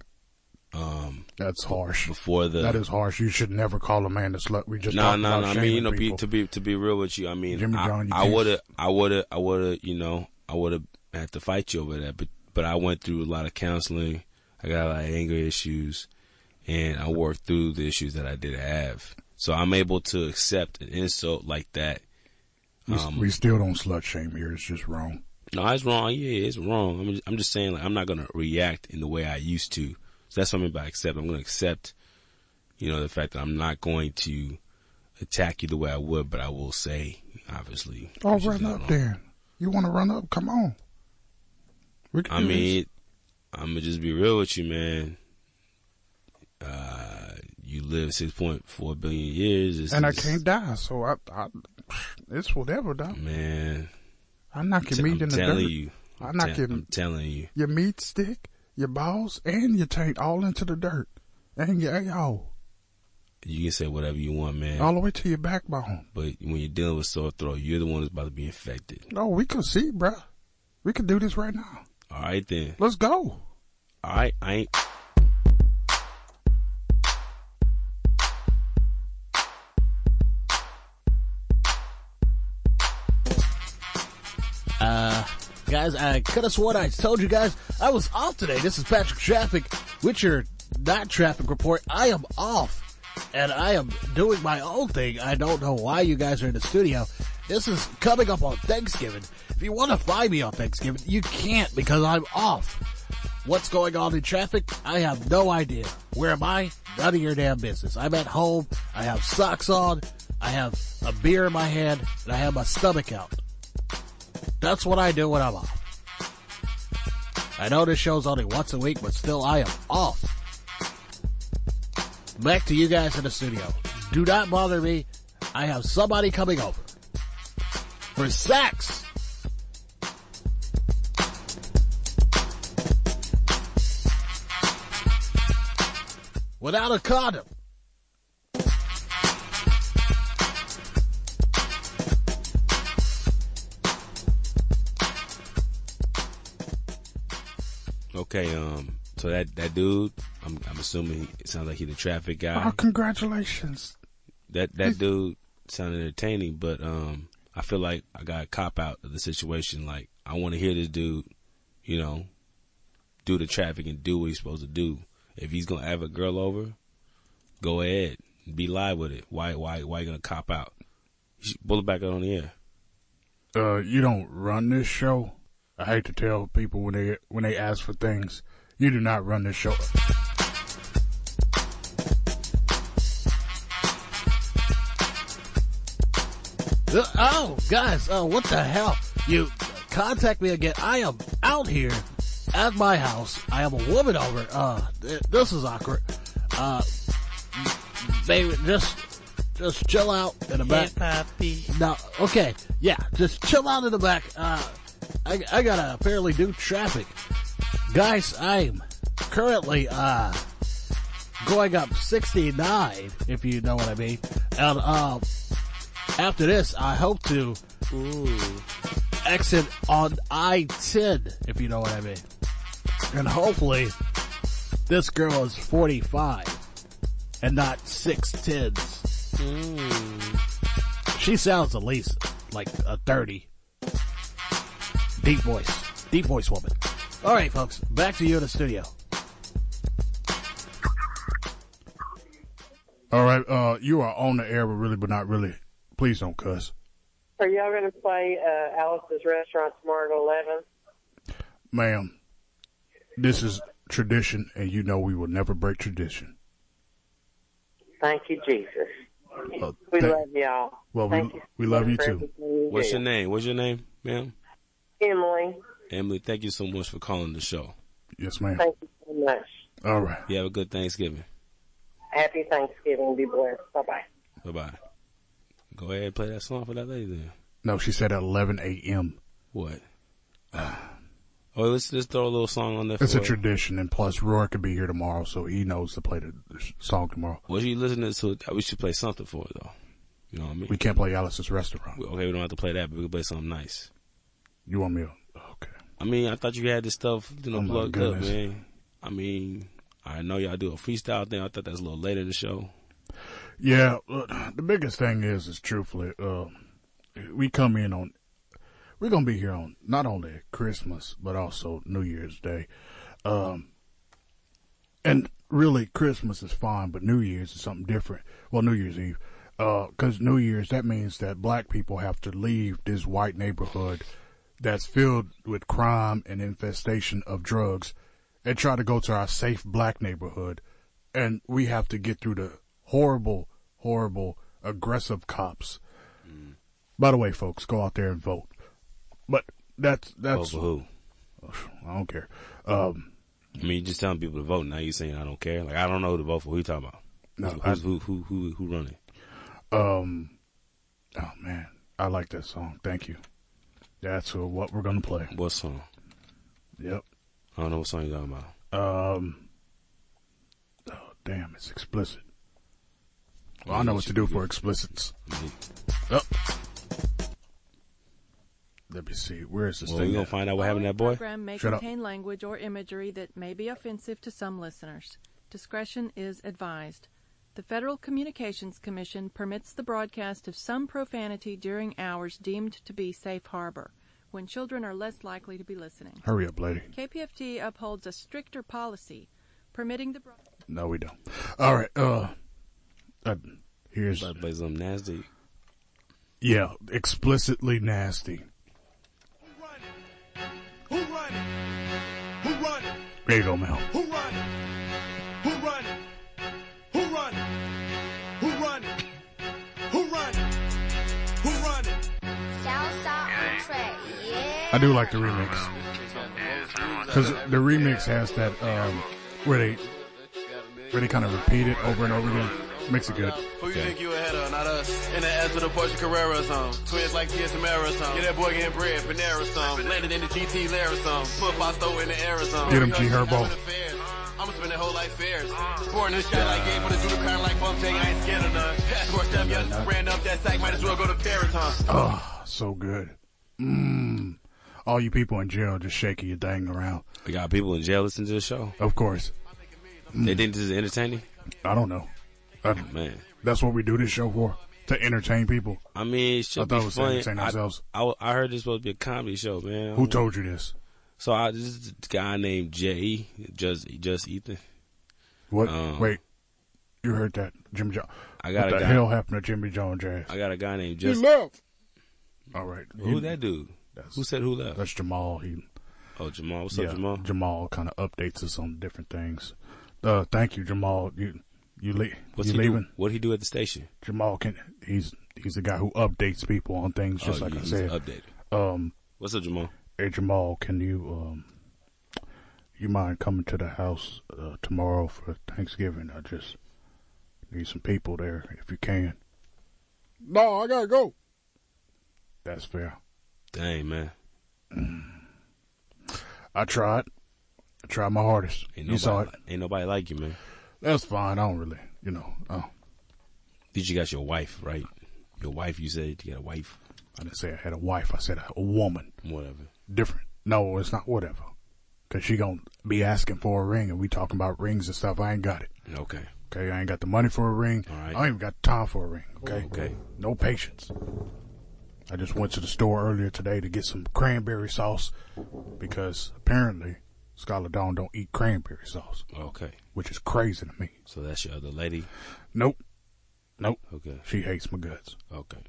S3: Um,
S2: That's harsh.
S3: before the
S2: That is harsh. You should never call a man a slut. We just
S3: no,
S2: talked
S3: no,
S2: about
S3: no. I mean,
S2: shaming
S3: you know, be,
S2: people.
S3: to be to be real with you, I mean,
S2: Jimmy
S3: I-
S2: John, you
S3: I
S2: can't-
S3: would have, I would have, I would have, you know, I would have had to fight you over that. But but I went through a lot of counseling. I got a lot of anger issues, and I worked through the issues that I did have. So I'm able to accept an insult like that.
S2: We-
S3: um,
S2: we still don't slut shame here. It's just wrong.
S3: No, it's wrong. Yeah, it's wrong. I'm just, I'm just saying, like, I'm not gonna react in the way I used to. So that's what I mean by accept. I'm gonna accept, you know, the fact that I'm not going to attack you the way I would, but I will say, obviously.
S4: Oh,
S3: this is
S4: run
S3: not
S4: up
S3: on.
S4: then. You want to run up? Come on. We can
S3: I
S4: do this.
S3: mean, I'm gonna just be real with you, man. Uh, you live 6.4 billion years. It's,
S4: and I
S3: it's-
S4: can't die, so I, I it's whatever, dog.
S3: Man,
S4: I knock your
S3: t-
S4: meat
S3: I'm
S4: in the
S3: telling
S4: dirt.
S3: you.
S4: I
S3: I'm
S4: knock
S3: te-
S4: your
S3: I'm telling you.
S4: your meat stick, your balls, and your taint all into the dirt, and your a-hole,
S3: You can say whatever you want, man.
S4: all the way to your backbone.
S3: But when you're dealing with sore throat, you're the one that's about to be infected.
S4: No, we could see, bruh. We could do this right now.
S3: All right then.
S4: Let's go.
S3: All right, I ain't.
S5: Guys, I could have sworn I told you guys I was off today. This is Patrick Traffic with your not traffic report. I am off and I am doing my own thing. I don't know why you guys are in the studio. This is coming up on Thanksgiving. If you want to find me on Thanksgiving, you can't because I'm off. What's going on in traffic? I have no idea. Where am I? None of your damn business. I'm at home. I have socks on. I have a beer in my hand and I have my stomach out. That's what I do when I'm off. I know this show's only once a week, but still I am off. Back to you guys in the studio. Do not bother me. I have somebody coming over. For sex! Without a condom.
S3: Okay, um, so that that dude, I'm I'm assuming he, it sounds like he's the traffic guy.
S4: Oh, congratulations.
S3: That that dude sounded entertaining, but um, I feel like I got a cop out of the situation. Like I want to hear this dude, you know, do the traffic and do what he's supposed to do. If he's gonna have a girl over, go ahead, be live with it. Why why why you gonna cop out? You should pull it back out on the air.
S2: Uh, you don't run this show. I hate to tell people when they when they ask for things, you do not run this show.
S5: Uh, oh, guys, uh, what the hell? You contact me again. I am out here at my house. I have a woman over. Uh, th- this is awkward. Uh, baby, just just chill out in the back. No, okay, yeah, just chill out in the back. Uh, I I gotta apparently do traffic, guys. I'm currently uh going up 69, if you know what I mean. And um, after this, I hope to exit on I-10, if you know what I mean. And hopefully, this girl is 45 and not six tens. She sounds at least like a 30. Deep voice. Deep voice woman. All right, folks, back to you in the studio.
S2: All right, uh, you are on the air, but really, but not really. Please don't cuss.
S6: Are y'all going to play uh, Alice's Restaurant tomorrow at 11?
S2: Ma'am, this is tradition, and you know we will never break tradition.
S6: Thank you, Jesus.
S2: Uh,
S6: We
S2: thank-
S6: love y'all.
S2: Well, we-
S6: Thank you so
S2: we love
S6: much
S2: you
S6: for
S2: too.
S6: everything you
S3: What's
S6: do.
S3: your name? What's your name, ma'am?
S6: Emily,
S3: Emily, thank you so much for calling the show.
S2: yes, ma'am.
S6: thank you so much.
S2: All right.
S3: You have a good Thanksgiving.
S6: Happy Thanksgiving. Be blessed. Bye bye.
S3: Bye bye. Go ahead and play that song for that lady then.
S2: No, she said at 11 a.m.
S3: What? Oh, let's just throw a little song on there.
S2: It's
S3: for
S2: a tradition, and plus Roy could be here tomorrow, so he knows to play the, the sh- song tomorrow.
S3: What you listening to? We should play something for it though. You know what I mean?
S2: We can't play Alice's Restaurant.
S3: okay, we don't have to play that, but we can play something nice.
S2: You want me to? Okay.
S3: I mean, I thought you had this stuff, you know,
S2: Oh, my
S3: plugged up,
S2: goodness.
S3: man. I mean, I know y'all do a freestyle thing. I thought that's a little later in the show.
S2: Yeah, look, the biggest thing is, is truthfully, uh, we come in on, we're gonna be here on not only Christmas but also New Year's Day, um, and really Christmas is fine, but New Year's is something different. Well, New Year's Eve, because New Year's that means that black people have to leave this white neighborhood that's filled with crime and infestation of drugs, and try to go to our safe black neighborhood and we have to get through the horrible, horrible, aggressive cops. By the way, folks, go out there and vote. But that's that's
S3: Over who?
S2: I don't care. Um,
S3: I mean, you're just telling people to vote. Now you're saying I don't care. Like I don't know who to vote for. Who you talking about?
S2: No,
S3: who's,
S2: I-
S3: who who who who running?
S2: um, oh man, I like that song. Thank you. That's uh, what we're gonna play.
S3: What song?
S2: Yep.
S3: I don't know what song you're talking about.
S2: Um, oh damn, it's explicit. Well, I know what to do for explicits.
S3: Mm-hmm.
S2: Oh. Let me see. Where is this
S3: Well,
S2: thing?
S3: we gonna
S2: at?
S3: find out what happened to that
S7: The
S3: boy.
S7: program may
S2: Shut up.
S7: contain language or imagery that may be offensive to some listeners. Discretion is advised. The Federal Communications Commission permits the broadcast of some profanity during hours deemed to be safe harbor, when children are less likely to be listening.
S2: Hurry up, lady.
S7: KPFT upholds a stricter policy permitting the broadcast.
S2: No, we don't. All right. Uh, uh here's
S3: About to play something nasty.
S2: yeah, explicitly nasty.
S8: Who run it? Who run it?
S2: There you go, Mel.
S8: Who run it? Who run it? Who run it? Who run it? Who run it? Who run it?
S2: I do like the remix because the remix has that um where they where they kind of repeat it over and over again. Makes it good.
S9: Who you think you ahead of, not us? In the ass of the Porsche Carrera zone. Twins like Tia Samara zone. Get that boy getting bread, Panera zone. Landed in the GT Lara zone. Put Fosto in the Arizona.
S2: Get him, G Herbo.
S9: I'ma spend the whole life fairs. Born this shot I gave, wanna do the crown like Bump Tank, I ain't scared of none. Score step, yeah, ran up that sack, might as well go to Paraton.
S2: Oh, so good. Mmm. All you people in jail just shaking your dang around.
S3: We got people in jail listening to the show.
S2: Of course. Mm.
S3: They think this is entertaining.
S2: I don't know. I-
S3: Man,
S2: that's what we do this show for to entertain people.
S3: I mean, it should
S2: I thought
S3: be
S2: it was
S3: fun.
S2: entertaining ourselves.
S3: I, I, I heard this supposed to be a comedy show, man.
S2: Who told you this?
S3: So I this is a guy named Jay, just just Ethan.
S2: What?
S3: Um,
S2: Wait, you heard that, Jimmy John?
S3: I got
S2: what
S3: a
S2: the
S3: guy-
S2: hell happened to Jimmy John Jazz?
S3: I got a guy named Just.
S2: All right,
S3: Who that dude?
S2: That's-
S3: Who said who left?
S2: That's Jamal. He,
S3: Oh, Jamal. What's
S2: yeah,
S3: up, Jamal?
S2: kind of updates us on different things. Uh, thank you, Jamal. You, you, le-
S3: What's
S2: you
S3: he
S2: leaving?
S3: do? What he do at the station?
S2: Jamal can. He's he's the guy who updates people on things, just
S3: oh,
S2: like
S3: yeah,
S2: I
S3: he's
S2: said.
S3: updated.
S2: um,
S3: What's up, Jamal?
S2: hey Jamal, can you um, you mind coming to the house uh, tomorrow for Thanksgiving? I just need some people there if you can.
S4: No, I gotta go.
S2: That's fair.
S3: Dang, man.
S2: I tried. I tried my hardest.
S3: Ain't
S2: you
S3: nobody,
S2: saw it.
S3: Ain't nobody like you, man.
S2: That's fine. I don't really, you know. Oh,
S3: Did you got your wife, right? Your wife, you said you got a wife.
S2: I didn't say I had a wife. I said a woman.
S3: Whatever.
S2: Different. No, it's not whatever. Cause she gonna be asking for a ring, and we talking about rings and stuff. I ain't got it.
S3: Okay.
S2: Okay, I ain't got the money for a ring.
S3: All right.
S2: I ain't even got time for a ring. Okay.
S3: Okay.
S2: No patience. I just went to the store earlier today to get some cranberry sauce because apparently Scholar Dawn don't eat cranberry sauce,
S3: Okay.
S2: which is crazy to me.
S3: So that's your other lady.
S2: Nope. Nope.
S3: Okay.
S2: She hates my guts.
S3: Okay.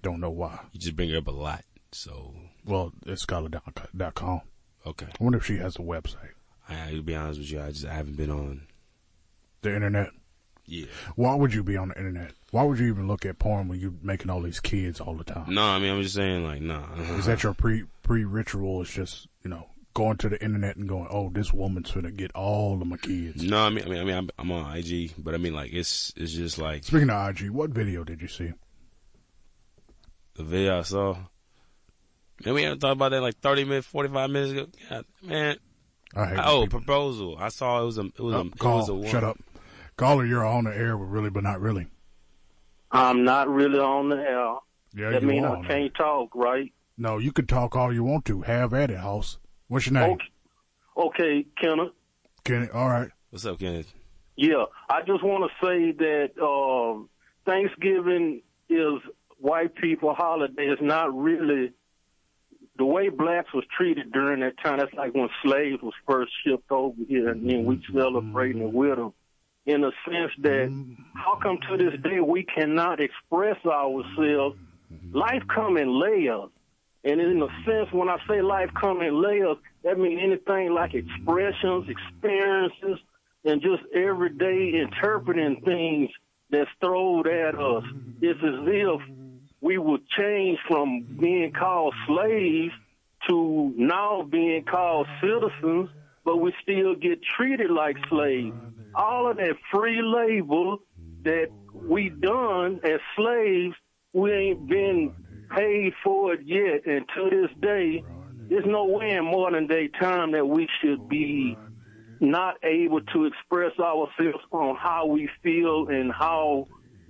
S2: Don't know why.
S3: You just bring her up a lot. So
S2: Well, it's scholardown.com.
S3: okay.
S2: I wonder if she has a website.
S3: I to be honest with you, I just I haven't been on.
S2: The internet.
S3: Yeah.
S2: Why would you be on the internet? Why would you even look at porn when you're making all these kids all the time?
S3: No, I mean I'm just saying like nah.
S2: Is that your pre pre ritual? It's just you know going to the internet and going, oh, this woman's gonna get all of my kids.
S3: No, I mean I mean I mean I'm, I'm on IG, but I mean like it's it's just like
S2: Speaking of IG, what video did you see?
S3: the video I saw. Man, we haven't thought about that like 30 minutes, 45 minutes ago. God, man.
S2: I hate.
S3: Oh,
S2: these people.
S3: proposal. I saw it was a it
S4: Oh,
S3: was a it
S2: call.
S3: was a woman.
S2: Shut up, caller. You're on the air, but really, but not really.
S6: I'm not really on the air.
S2: Yeah,
S6: That
S2: you
S6: means
S2: are
S6: I
S2: on the air.
S6: can't talk, right?
S2: No, you can talk all you want to. Have at it, house. What's your name?
S6: Okay, okay, Kenneth.
S2: Kenny. All right.
S3: What's up, Kenneth?
S6: Yeah, I just want to say that um, Thanksgiving is white people holiday. It's not really the way blacks was treated during that time. That's like when slaves was first shipped over here, and then we celebrating it with them. In a sense that, how come to this day we cannot express ourselves? Life come in layers, and in a sense, when I say life come in layers, that means anything like expressions, experiences, and just everyday interpreting things that's thrown at us. It's as if we would change from being called slaves to now being called citizens, but we still get treated like slaves. All of that free labor that we done as slaves, we ain't been paid for it yet. And to this day, there's no way in modern day time that we should be not able to express ourselves on how we feel and how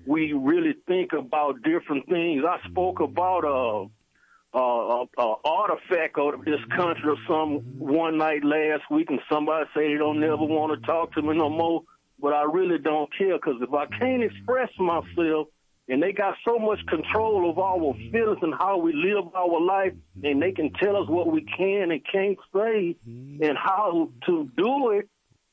S6: we really think about different things. I spoke about a, a, a, a artifact of this country or some one night last week, and somebody said they don't never want to talk to me no more. But I really don't care because if I can't express myself, and they got so much control of our feelings and how we live our life, and they can tell us what we can and can't say, and how to do it.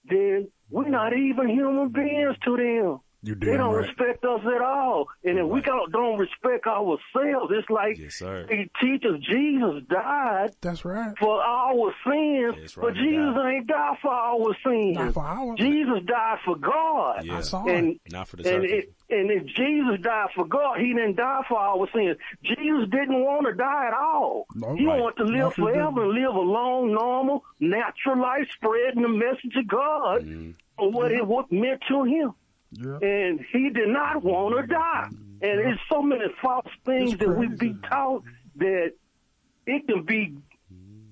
S6: Then we're not even human beings to them.
S2: You
S6: They
S2: damn
S6: don't
S2: right.
S6: respect us at all. And if we don't, don't respect ourselves, it's like
S3: Yes, sir.
S6: they teach us Jesus died
S4: That's right.
S6: for our sins,
S3: That's right,
S6: but
S3: he
S6: Jesus
S3: died.
S6: ain't died for our sins.
S4: Not for hours.
S6: Jesus died for God.
S3: Yeah.
S4: I saw it.
S6: And
S3: Not for the
S6: and,
S3: circus.
S6: it, and if Jesus died for God, he didn't die for our sins. Jesus didn't want to die at all.
S4: No,
S6: he
S4: right.
S6: wanted to live
S4: No, he
S6: forever and live a long, normal, natural life, spreading the message of God, and what it was meant to him
S4: Yeah.
S6: and he did not want to die. And there's so many false things
S4: It's
S6: that we
S4: crazy.
S6: be taught that it can be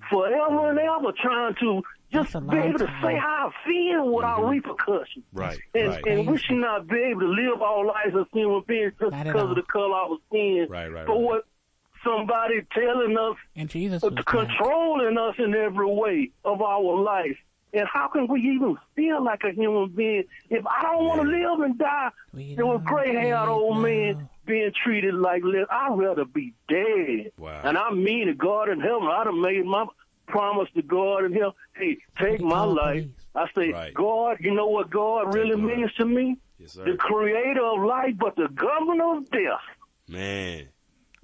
S6: forever and ever trying to just
S1: That's a
S6: be able to
S1: long
S6: say
S1: time.
S6: how I feel without repercussions.
S3: Right,
S6: And,
S3: right.
S6: and we should not be able to live our lives as human beings just
S1: Not at
S6: because
S1: all.
S6: of the color of our skin.
S3: Right, right,
S6: For
S3: right.
S6: what somebody telling us
S1: And Jesus
S6: uh, controlling us in every way of our life. And how can we even feel like a human being if I don't want to live and die?
S1: We
S6: There was
S1: don't
S6: gray haired old
S1: need
S6: man
S1: no-
S6: being treated like less. I'd rather be dead.
S3: Wow.
S6: And I mean to God in heaven, I'd have made my promise to God in heaven, hey, take
S1: Pretty
S6: my
S1: cold
S6: life.
S1: police.
S6: I say,
S3: Right.
S6: God, you know what God really
S3: Take my
S6: means to me?
S3: Yes,
S6: The
S3: sir.
S6: creator of life, but the governor of death.
S3: Man.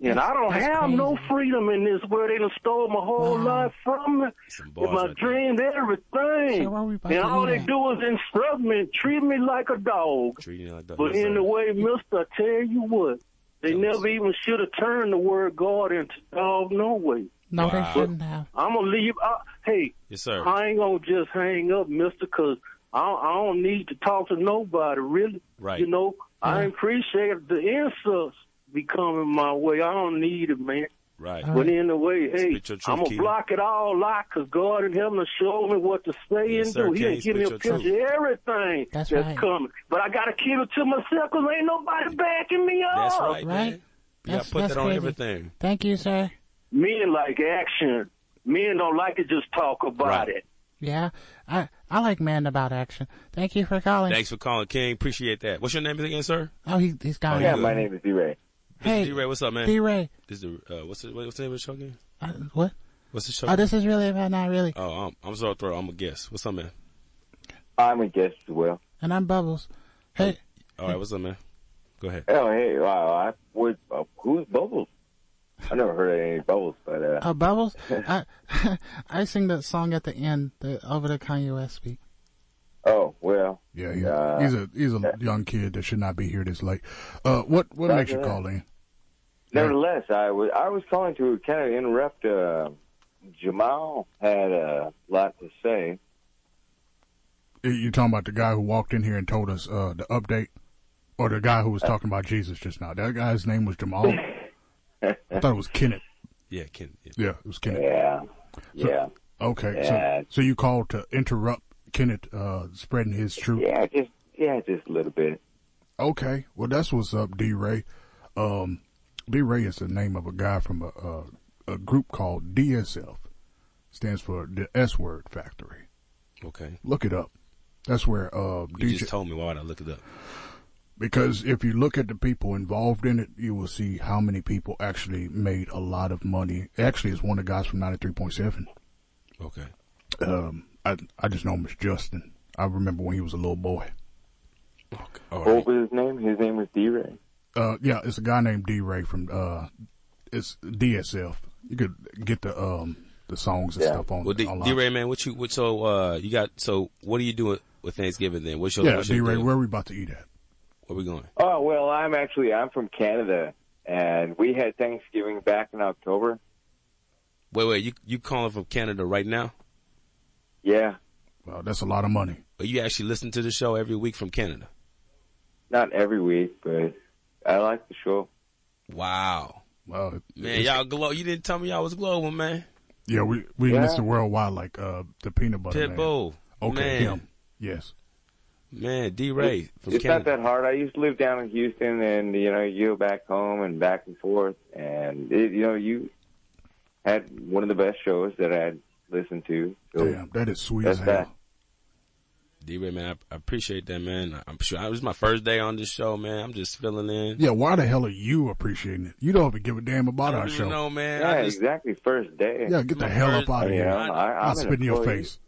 S6: And I don't
S1: That's
S6: have
S1: crazy.
S6: no freedom in this world. They done stole my whole
S1: Wow.
S6: life from me.
S3: Some bars
S6: My
S3: right there.
S6: dreams, everything.
S1: So why we about
S6: and
S1: to
S6: all
S1: do
S6: they
S1: that?
S6: do is insult me and treat me like a dog.
S3: Treating it like that.
S6: But
S3: Yes,
S6: in
S3: sir.
S6: the way, mister, I tell you what, they
S3: Yes.
S6: never even should have turned the word God into dog no way.
S4: No,
S3: Wow.
S4: they shouldn't have.
S6: I'm gonna leave. Uh, hey,
S3: Yes, sir.
S6: I ain't gonna just hang up, Mister, because I, I don't need to talk to nobody really.
S3: Right.
S6: You know, I appreciate the insults be coming my way. I don't need it, man.
S3: Right.
S6: But in a way, hey,
S3: Spit your truth,
S6: I'm gonna
S3: Keith.
S6: block it all out because God in heaven will show me what to say
S3: Yes,
S6: and
S3: sir,
S6: do. He
S3: King,
S6: done give me a
S3: spit your
S6: picture of everything
S4: That's right.
S6: coming. But I gotta keep it to myself because ain't nobody backing me up.
S3: That's right.
S4: Right?
S3: Man. You
S4: That's-
S3: gotta put
S4: that's
S3: that on
S4: crazy.
S3: everything.
S4: Thank you, sir.
S6: Men like action. Men don't like to just talk about
S3: Right.
S6: it.
S4: Yeah, I I like man about action. Thank you for calling.
S3: Thanks for calling, King. Appreciate that. What's your name again, sir?
S4: Oh, he he's gone.
S3: Yeah, my
S10: name is D-Ray.
S4: Hey,
S3: D Ray, what's up, man?
S4: D Ray.
S3: This is the, uh, what's the what's the name of the show again?
S4: Uh, what?
S3: What's the show?
S4: Oh, this is really about not really.
S3: oh, I'm, I'm sorry, throw. I'm a guest. What's up, man?
S10: I'm a guest as well.
S4: And I'm Bubbles. Hey,
S3: All right, what's up, man? Go ahead.
S10: Oh, hey, wow, I, what, uh, who's Bubbles? I never heard of any Bubbles, but uh,
S4: uh, Bubbles. I (laughs) I sing that song at the end, the over the Kanye West beat.
S10: oh well.
S2: Yeah, he's,
S10: Uh,
S2: he's a he's a young kid that should not be here this late. Uh, what what makes you
S10: yeah.
S2: call in?
S10: Nevertheless, I was I was calling to kind of interrupt. Uh, Jamal had a lot to say.
S2: You're talking about the guy who walked in here and told us uh, the update, or the guy who
S10: Uh,
S2: was talking about Jesus just now. That guy's name
S10: (laughs)
S2: was Jamal. I thought it was Kenneth.
S3: Yeah, Ken. Yeah.
S2: Yeah, it was Kenneth.
S10: Yeah, yeah,
S2: Okay,
S10: Yeah.
S2: so so you called to interrupt Kenneth uh, spreading his truth.
S10: yeah, just yeah, just a little bit.
S2: Okay, well that's what's up, D Ray. Um, D Ray is the name of a guy from a, a a group called DSF, stands for the S Word Factory.
S3: Okay.
S2: Look it up. That's where uh,
S3: You
S2: DJ
S3: just told me. Why would I look it up?
S2: because if you look at the people involved in it, you will see how many people actually made a lot of money. Actually, it's one of the guys from ninety three point seven.
S3: Okay.
S2: Um, I I just know him as Justin. I remember when he was a little boy.
S3: okay. All right.
S10: What was his name? His name was D-Ray.
S2: uh yeah, it's a guy named D Ray from uh it's DSF. You could get the um the songs and
S10: Yeah.
S2: stuff on
S3: Well, D,
S2: online.
S3: D-Ray, man, what you, what, so, uh, you got, so, what are you doing with Thanksgiving then? What's your,
S2: yeah,
S3: what's your
S2: D Ray,
S3: deal?
S2: where are we about to eat at?
S3: Where we going?
S10: Oh well, I'm actually I'm from Canada, and we had Thanksgiving back in October.
S3: Wait, wait, you, you calling from Canada right now?
S10: Yeah,
S2: Well, that's a lot of money.
S3: Or you actually listen to the show every week from Canada?
S10: not every week, but I like the show.
S3: Wow.
S2: Well,
S3: Man, y'all glow. You didn't tell me y'all was glowing, man.
S2: yeah, we we
S10: Yeah.
S2: missed the worldwide like uh the peanut butter man.
S3: Pitbull.
S2: Okay,
S3: man.
S2: him. Yes.
S3: Man, D-Ray from
S10: it's
S3: Canada.
S10: not that hard. I used to live down in Houston, and you know, you go back home and back and forth, and it, you know, you had one of the best shows that I had listened to. So,
S2: Damn, that is sweet
S10: That's
S2: as hell.
S10: that.
S3: D-Ray, man, I, I appreciate that, man. I'm sure, it was my first day on this show, man. I'm just filling in.
S2: Yeah, why the hell are you appreciating it? You don't even give a damn
S3: I
S2: about
S3: don't
S2: our
S3: even
S2: show.
S3: know, man.
S10: yeah,
S3: I just,
S10: exactly. First day.
S2: Yeah, get the
S3: My
S2: hell up
S3: first-
S2: out of
S10: You
S2: here.
S10: know, I, I'm
S2: I'll
S10: an
S2: spit in your
S10: employee.
S2: face.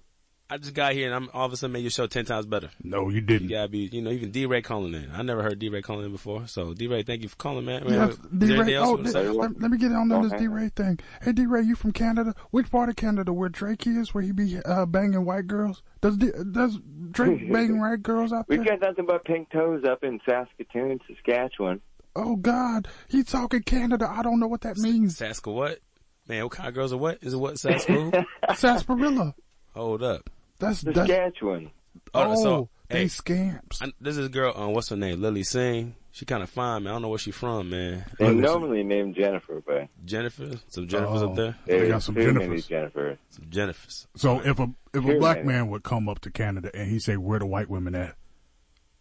S3: I just got here and I'm all of a sudden made your show 10 times better.
S2: No, you
S3: You
S2: didn't.
S3: gotta be, you know, even D Ray calling in. I never heard D Ray calling in before. So D Ray, thank you for calling, man. man
S4: Yeah,
S10: uh,
S3: is there
S4: D
S3: anything
S4: Ray.
S3: else you
S4: Oh,
S3: wanna
S4: D-
S3: say?
S4: let, let me get on to this
S10: Okay.
S4: D Ray thing. Hey, D Ray, you from Canada? Which part of Canada where Drake is? Where he be uh, banging white girls? Does D- does
S10: (laughs)
S4: Drake bang white girls out
S10: We've
S4: there?
S10: got nothing but pink toes up in Saskatoon, Saskatchewan.
S4: Oh God, he's talking Canada. I don't know what that means.
S3: Saska what? Man, what kind of girls are what? Is
S4: (laughs)
S3: it what Saska?
S4: Sarsaparilla.
S3: Hold up.
S4: That's that's.
S10: Saskatchewan.
S3: Oh,
S4: Oh,
S3: so
S4: they
S3: hey,
S4: scamps.
S3: I, this is a girl. Um, what's her name? Lily Singh. She kind of fine, man. I don't know where she from, man.
S10: They're
S2: Listen.
S10: normally named Jennifer, but
S3: Jennifer, some Jennifers
S2: Oh.
S3: up there.
S2: They
S10: there's
S2: got some
S10: too many
S2: Jennifers.
S10: Jennifer.
S3: Some Jennifers.
S2: So if a if a
S10: Sure,
S2: black
S10: man.
S2: man would come up to Canada and he say where the white women at,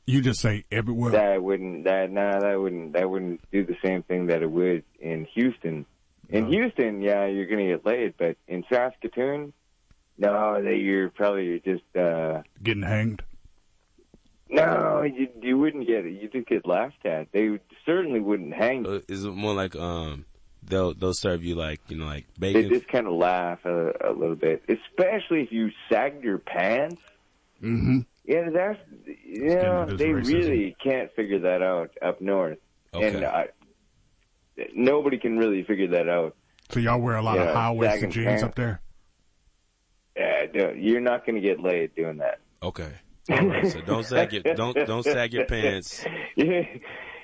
S2: you just say everywhere.
S10: That wouldn't that nah that wouldn't that wouldn't do the same thing that it would in Houston. In Houston, yeah, you're gonna get laid, but in Saskatoon, no, that you're probably just uh
S2: getting hanged.
S10: no, you you wouldn't get it. You just get laughed at. They certainly wouldn't hang. you.
S3: Uh, Is it more like um, they'll they'll serve you like you know like
S10: They
S3: bacon?
S10: just kind of laugh a, a little bit, especially if you sag your pants.
S2: Mm-hmm.
S10: Yeah, that's you
S2: getting
S10: know
S2: into
S10: they
S2: racism.
S10: really can't figure that out up north, and
S3: Okay.
S10: I, nobody can really figure that out.
S2: So y'all wear a lot
S10: Yeah,
S2: of high waisted
S10: sagging
S2: jeans
S10: pants.
S2: up there.
S10: Yeah, no, you're not going to get laid doing that.
S3: Okay. All right. So don't sag your don't don't sag your pants.
S10: (laughs) Yeah.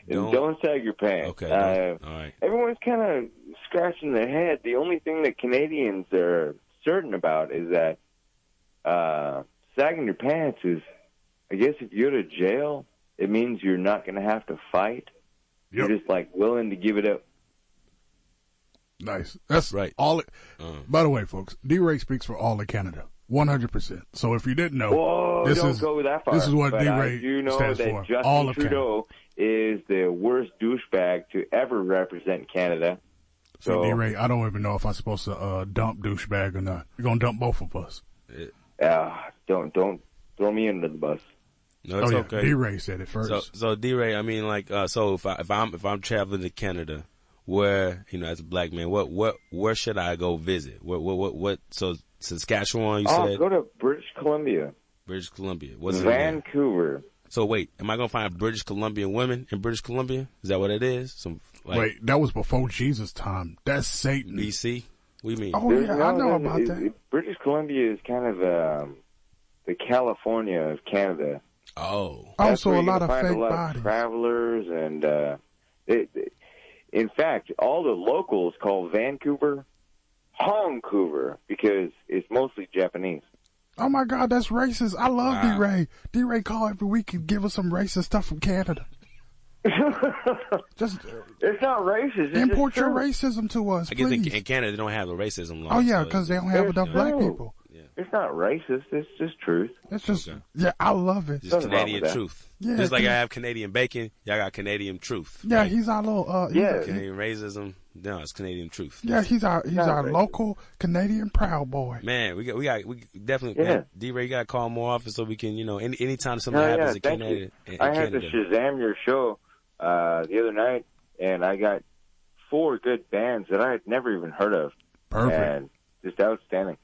S3: Don't-
S10: Don't, sag your pants.
S3: Okay.
S10: Uh,
S3: don't- all right.
S10: everyone's kind of scratching their head. The only thing that Canadians are certain about is that uh, sagging your pants is, I guess, if you go to jail, it means you're not going to have to fight. You're just like willing to give it up.
S2: Nice. That's right. All it.
S3: Um.
S2: By the way, folks, D Ray speaks for all of Canada, one hundred percent. So if you didn't know,
S10: Whoa,
S2: this
S10: don't
S2: is
S10: go that far.
S2: this is what
S10: But
S2: D
S10: I
S2: Ray
S10: do know
S2: stands
S10: that
S2: for.
S10: Justin
S2: all of Canada.
S10: Trudeau is the worst douchebag to ever represent Canada.
S2: See,
S10: So
S2: D Ray, I don't even know if I'm supposed to uh, dump douchebag or not. You're gonna dump both of us.
S10: ah, don't don't throw me under the bus.
S3: No, it's
S2: oh yeah,
S3: okay.
S2: D Ray said it first.
S3: So, so D-Ray, I mean, like, uh, so if I if I'm if I'm traveling to Canada, where you know, as a black man, what what where should I go visit? What what what, what so Saskatchewan? You
S10: oh,
S3: said
S10: go to British Columbia,
S3: British Columbia. What's it? in there?
S10: Vancouver.
S3: So wait, am I gonna find British Columbian women in British Columbia? Is that what it is? Some like
S2: Wait, that was before Jesus' time. That's Satan.
S3: BC. We mean
S2: Oh,
S10: There's-
S2: yeah, I
S10: no,
S2: know
S10: there's-
S2: about
S10: it-
S2: that.
S10: it- British Columbia is kind of um, the California of Canada.
S3: Oh,
S10: That's
S4: Also
S10: where
S4: a
S10: you're
S4: lot
S10: gonna
S4: of
S10: find
S4: fake
S10: a lot
S4: bodies.
S10: Of travelers and uh, it, it- in fact, all the locals call Vancouver Hongcouver because it's mostly Japanese.
S4: Oh my God, that's racist. I love
S3: Wow.
S4: D Ray. D Ray call every week and give us some racist stuff
S10: (laughs)
S4: from Canada. Just
S10: It's not racist. It's
S4: import
S10: just
S4: your
S10: true.
S4: racism to us,
S3: I guess in,
S4: please.
S3: in Canada they don't have a racism law.
S4: Oh yeah,
S3: so
S4: because they
S3: it's-
S4: don't have
S10: It's
S4: enough black
S10: true.
S4: people.
S10: It's not racist. It's just truth.
S4: It's just
S3: Okay.
S4: yeah, I love it.
S3: it's
S10: nothing wrong
S3: Canadian
S10: with that.
S3: truth.
S4: Yeah,
S3: Just like I
S4: dude.
S3: have Canadian bacon, y'all got Canadian truth.
S4: Yeah,
S3: Like,
S4: he's our little uh, he's
S10: Yeah.
S4: a- he-
S3: Canadian racism. No, it's Canadian truth.
S4: yeah, he's our he's
S10: Not
S4: our
S10: racist.
S4: local Canadian proud boy.
S3: Man, we got we got we definitely
S10: Yeah.
S3: D Ray. You got to call more often so we can you know any anytime something
S10: Hell
S3: happens in
S10: thank
S3: Canada.
S10: you.
S3: in- in
S10: I had to
S3: Canada.
S10: Shazam your show uh, the other night, and I got four good bands that I had never even heard of,
S2: Perfect.
S10: and just outstanding.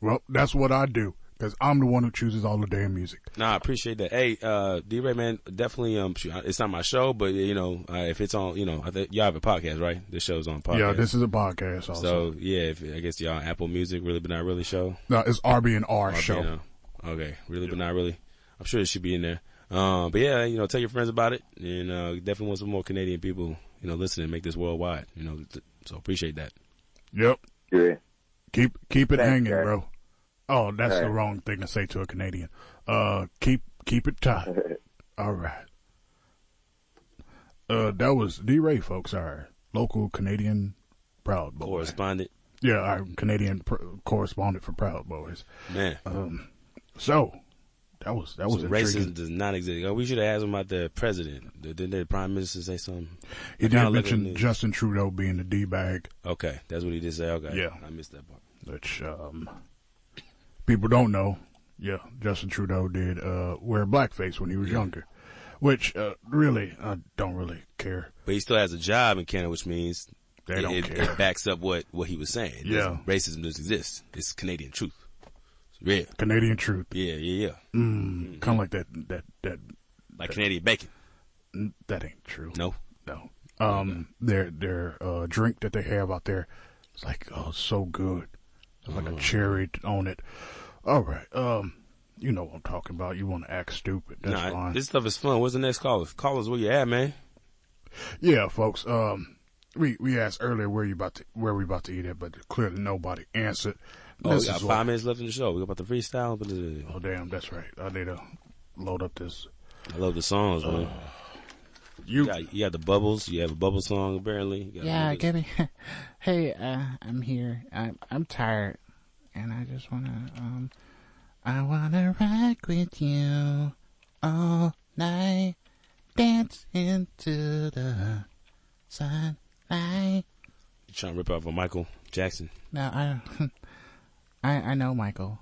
S2: Well, that's what I do because I'm the one who chooses all the damn music.
S3: No, I appreciate that. Hey, uh, D Ray, man, definitely. Um, shoot, it's not my show, but you know, uh, if it's on, you know, I think y'all have a podcast, right? This show's on podcast.
S2: Yeah, this is a podcast. Also,
S3: So yeah, if, I guess y'all on Apple Music, really but not really show.
S2: no, it's RB and R
S3: Or,
S2: show.
S3: you know, okay, really but not really. I'm sure it should be in there. Um, but yeah, you know, tell your friends about it, and uh, definitely want some more Canadian people, you know, listen and make this worldwide. You know, th- so appreciate that.
S2: Yep.
S10: Yeah.
S2: Keep keep it
S10: Thanks,
S2: hanging,
S10: guys.
S2: bro. Oh, that's the
S10: Alright.
S2: wrong thing to say to a Canadian. Uh, keep keep it (laughs) tight. All right. Uh, that was D Ray, folks. Our local Canadian proud boy.
S3: Correspondent,
S2: Yeah, our Canadian pr- correspondent for Proud Boys.
S3: man,
S2: Um, so that was that
S3: so
S2: was intriguing.
S3: racism does not exist. Oh, we should have asked him about the president. Didn't the prime minister say something?
S2: He
S3: I gotta
S2: did
S3: look at the
S2: mention
S3: news.
S2: Justin Trudeau being the D bag,
S3: Okay, that's what he did say. Okay,
S2: Yeah.
S3: I missed that part.
S2: which um, people don't know. Yeah, Justin Trudeau did uh, wear blackface when he was younger, which uh, really I don't really care.
S3: But he still has a job in Canada, which means
S2: They
S3: it,
S2: don't
S3: it,
S2: care.
S3: it backs up what what he was saying.
S2: Yeah.
S3: racism doesn't exist. It's Canadian truth. It's real.
S2: Canadian truth,
S3: Yeah, yeah, yeah. Mm-hmm.
S2: mm, kind of like that. That that
S3: Like Canadian bacon.
S2: that ain't true.
S3: No.
S2: no. Um, their their uh, drink that they have out there, it's like oh, it's so good. It's
S3: Mm.
S2: like a cherry on it. All right. Um, you know what I'm talking about. You want to act stupid? That's
S3: nah,
S2: fine.
S3: this stuff is fun. What's the next caller? Callers, where you at, man?
S2: Yeah, folks. Um, we we asked earlier where you about to where we about to eat at, but clearly nobody answered.
S3: Oh, we
S2: This
S3: got
S2: is
S3: five
S2: why-
S3: minutes left in the show. We're about to freestyle. But uh,
S2: (laughs) Oh, damn, that's right. I need to load up this.
S3: I love the songs, man.
S2: You
S3: You got, you got the bubbles. You have a bubble song, apparently. You got
S11: Yeah,
S3: another-
S11: give me. (laughs) hey, uh, I'm here. I'm I'm tired, and I just wanna um, I wanna rock with you all night, dance into the (laughs) sunlight.
S3: You trying to rip off of Michael Jackson?
S11: No, I, (laughs) I I know Michael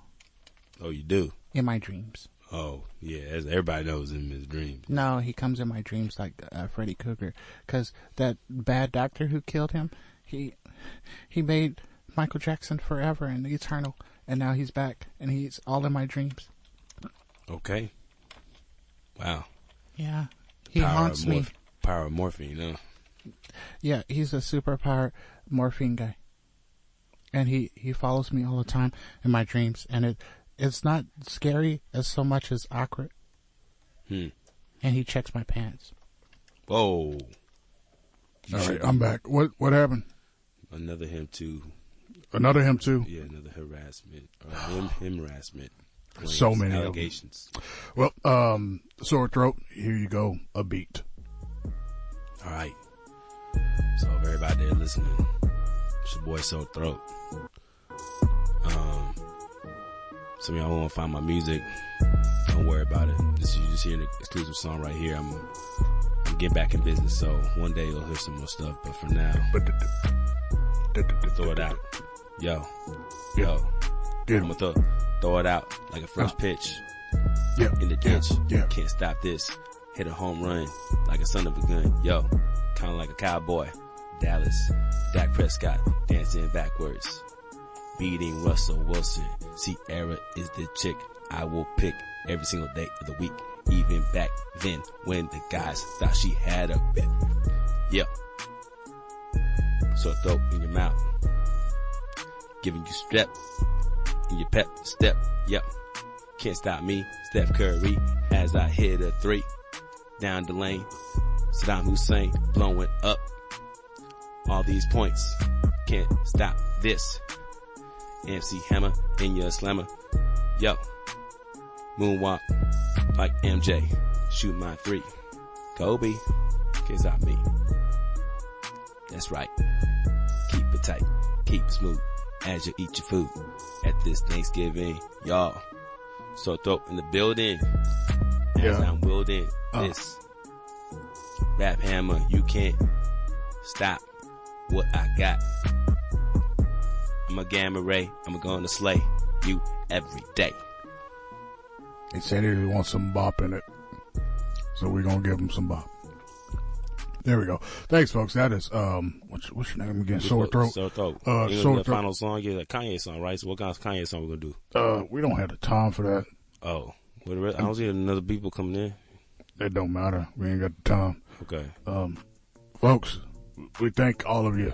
S3: Oh, you do.
S11: in my dreams.
S3: Oh, yeah. As everybody knows him in his dreams.
S11: No, he comes in my dreams like uh, Freddy Krueger, because that bad doctor who killed him, he he made Michael Jackson forever and eternal, and now he's back and he's all in my dreams.
S3: Okay. Wow.
S11: Yeah, he
S3: Power of
S11: haunts me.
S3: morph- Power of morphine. Huh?
S11: Yeah, he's a superpower morphine guy, and he he follows me all the time in my dreams, and it it's not scary as so much as awkward.
S3: Hmm.
S11: And he checks my pants.
S2: All
S3: Whoa.
S2: right, I'm back. What what happened?
S3: another him too.
S2: Another him too?
S3: Yeah, another harassment. Or him, him harassment. claims,
S2: So many of 'em.
S3: allegations.
S2: Well, um, sore throat. Here you go. A beat.
S3: All right. So if everybody there listening, it's your boy Soul Throat. Um, some of y'all want to find my music. Don't worry about it. This you just hear an exclusive song right here. I'm, I'm getting back in business, so one day you'll hear some more stuff. But for now, throw it out. Yo, yo, I'm gonna throw, throw it out like a first pitch.
S2: Yeah.
S3: In the ditch. Yeah. Can't stop this. Hit a home run like a son of a gun. Yo, kind of like a cowboy. Dallas, Dak Prescott dancing backwards, beating Russell Wilson. Sierra is the chick I will pick every single day of the week. Even back then, when the guys thought she had a bit. Yep. So throat in your mouth, giving you step in your pep step. Yep. Can't stop me, Steph Curry, as I hit a three down the lane. Saddam Hussein blowing up all these points. Can't stop this. MC Hammer in your slammer. Yo, moonwalk like MJ. Shoot my three. Kobe, can't stop me. That's right. Keep it tight, keep it smooth as you eat your food at this Thanksgiving, y'all. So throw in the building as
S2: Yeah.
S3: I'm wielding
S2: Uh.
S3: this rap hammer. You can't stop what I got. I'm a gamma ray. I'm gonna slay you every day.
S2: He said he wants some bop in it. So we're going to give him some bop. There we go. Thanks, folks. That is, um, what's, what's your name again? Sore throat.
S3: Sore throat.
S2: Uh,
S3: You gonna do
S2: sore
S3: the
S2: throat.
S3: final song. Yeah, the Kanye song, right? So what kind of Kanye song we gonna do?
S2: Uh, we don't have the time for that.
S3: Oh, what the rest, I don't see another people coming in.
S2: It don't matter. We ain't got the time.
S3: Okay.
S2: Um, folks, we thank all of you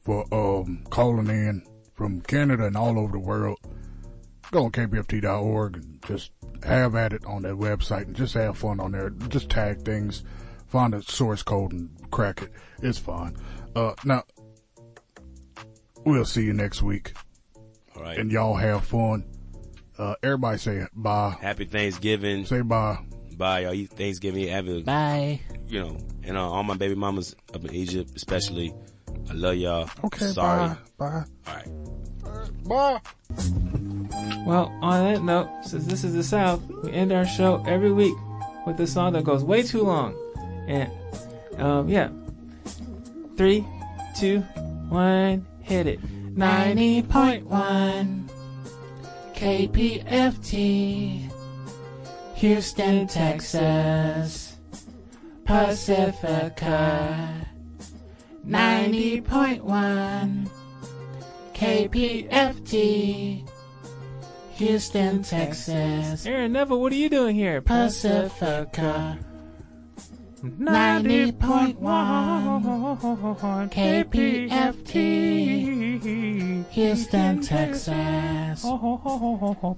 S2: for um calling in from Canada and all over the world. Go on kpft.org and just have at it on that website and just have fun on there. Just tag things, find a source code and crack it. It's fun. Uh, now we'll see you next week.
S3: All right.
S2: And y'all have fun. Uh, everybody say bye.
S3: Happy Thanksgiving.
S2: Say bye.
S3: Bye, y'all. Eat Thanksgiving. Have a
S11: Bye.
S3: You know, and uh, all my baby mamas up in Egypt, especially. I love y'all.
S4: Okay,
S3: Sorry.
S4: bye.
S3: All right.
S4: Bye.
S12: Well, on that note, since this is the South, we end our show every week with a song that goes way too long. And, um, yeah. Three, two, one, hit it.
S11: 90.1 KPFT Houston, Texas Pacifica 90.1 KPFT Houston, Texas
S12: Aaron Neville, what are you doing here?
S11: Pacifica
S12: 90.1
S11: KPFT Houston, Texas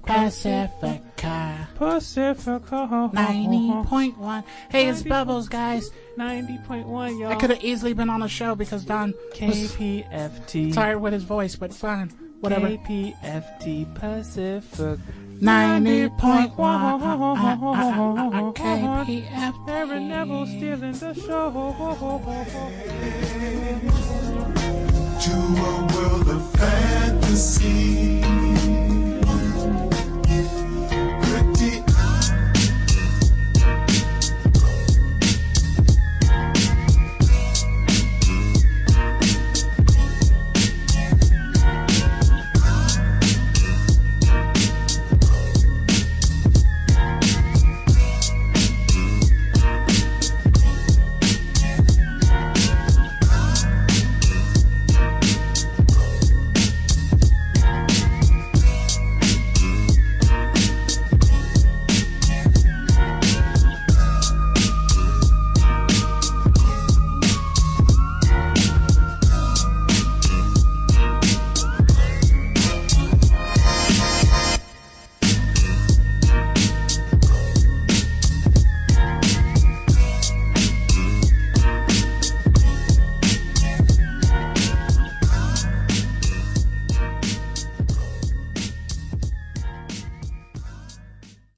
S11: Pacifica
S12: Pacifica
S11: 90.1 Hey, it's Bubbles, guys
S12: 90.1, y'all.
S11: I could have easily been on the show because Don was
S12: KPFT.
S11: tired with his voice, but fine, whatever.
S12: KPFT Pacific.
S11: 90.1 Uh-huh.
S12: KPFT. Aaron Neville stealing the show.
S8: To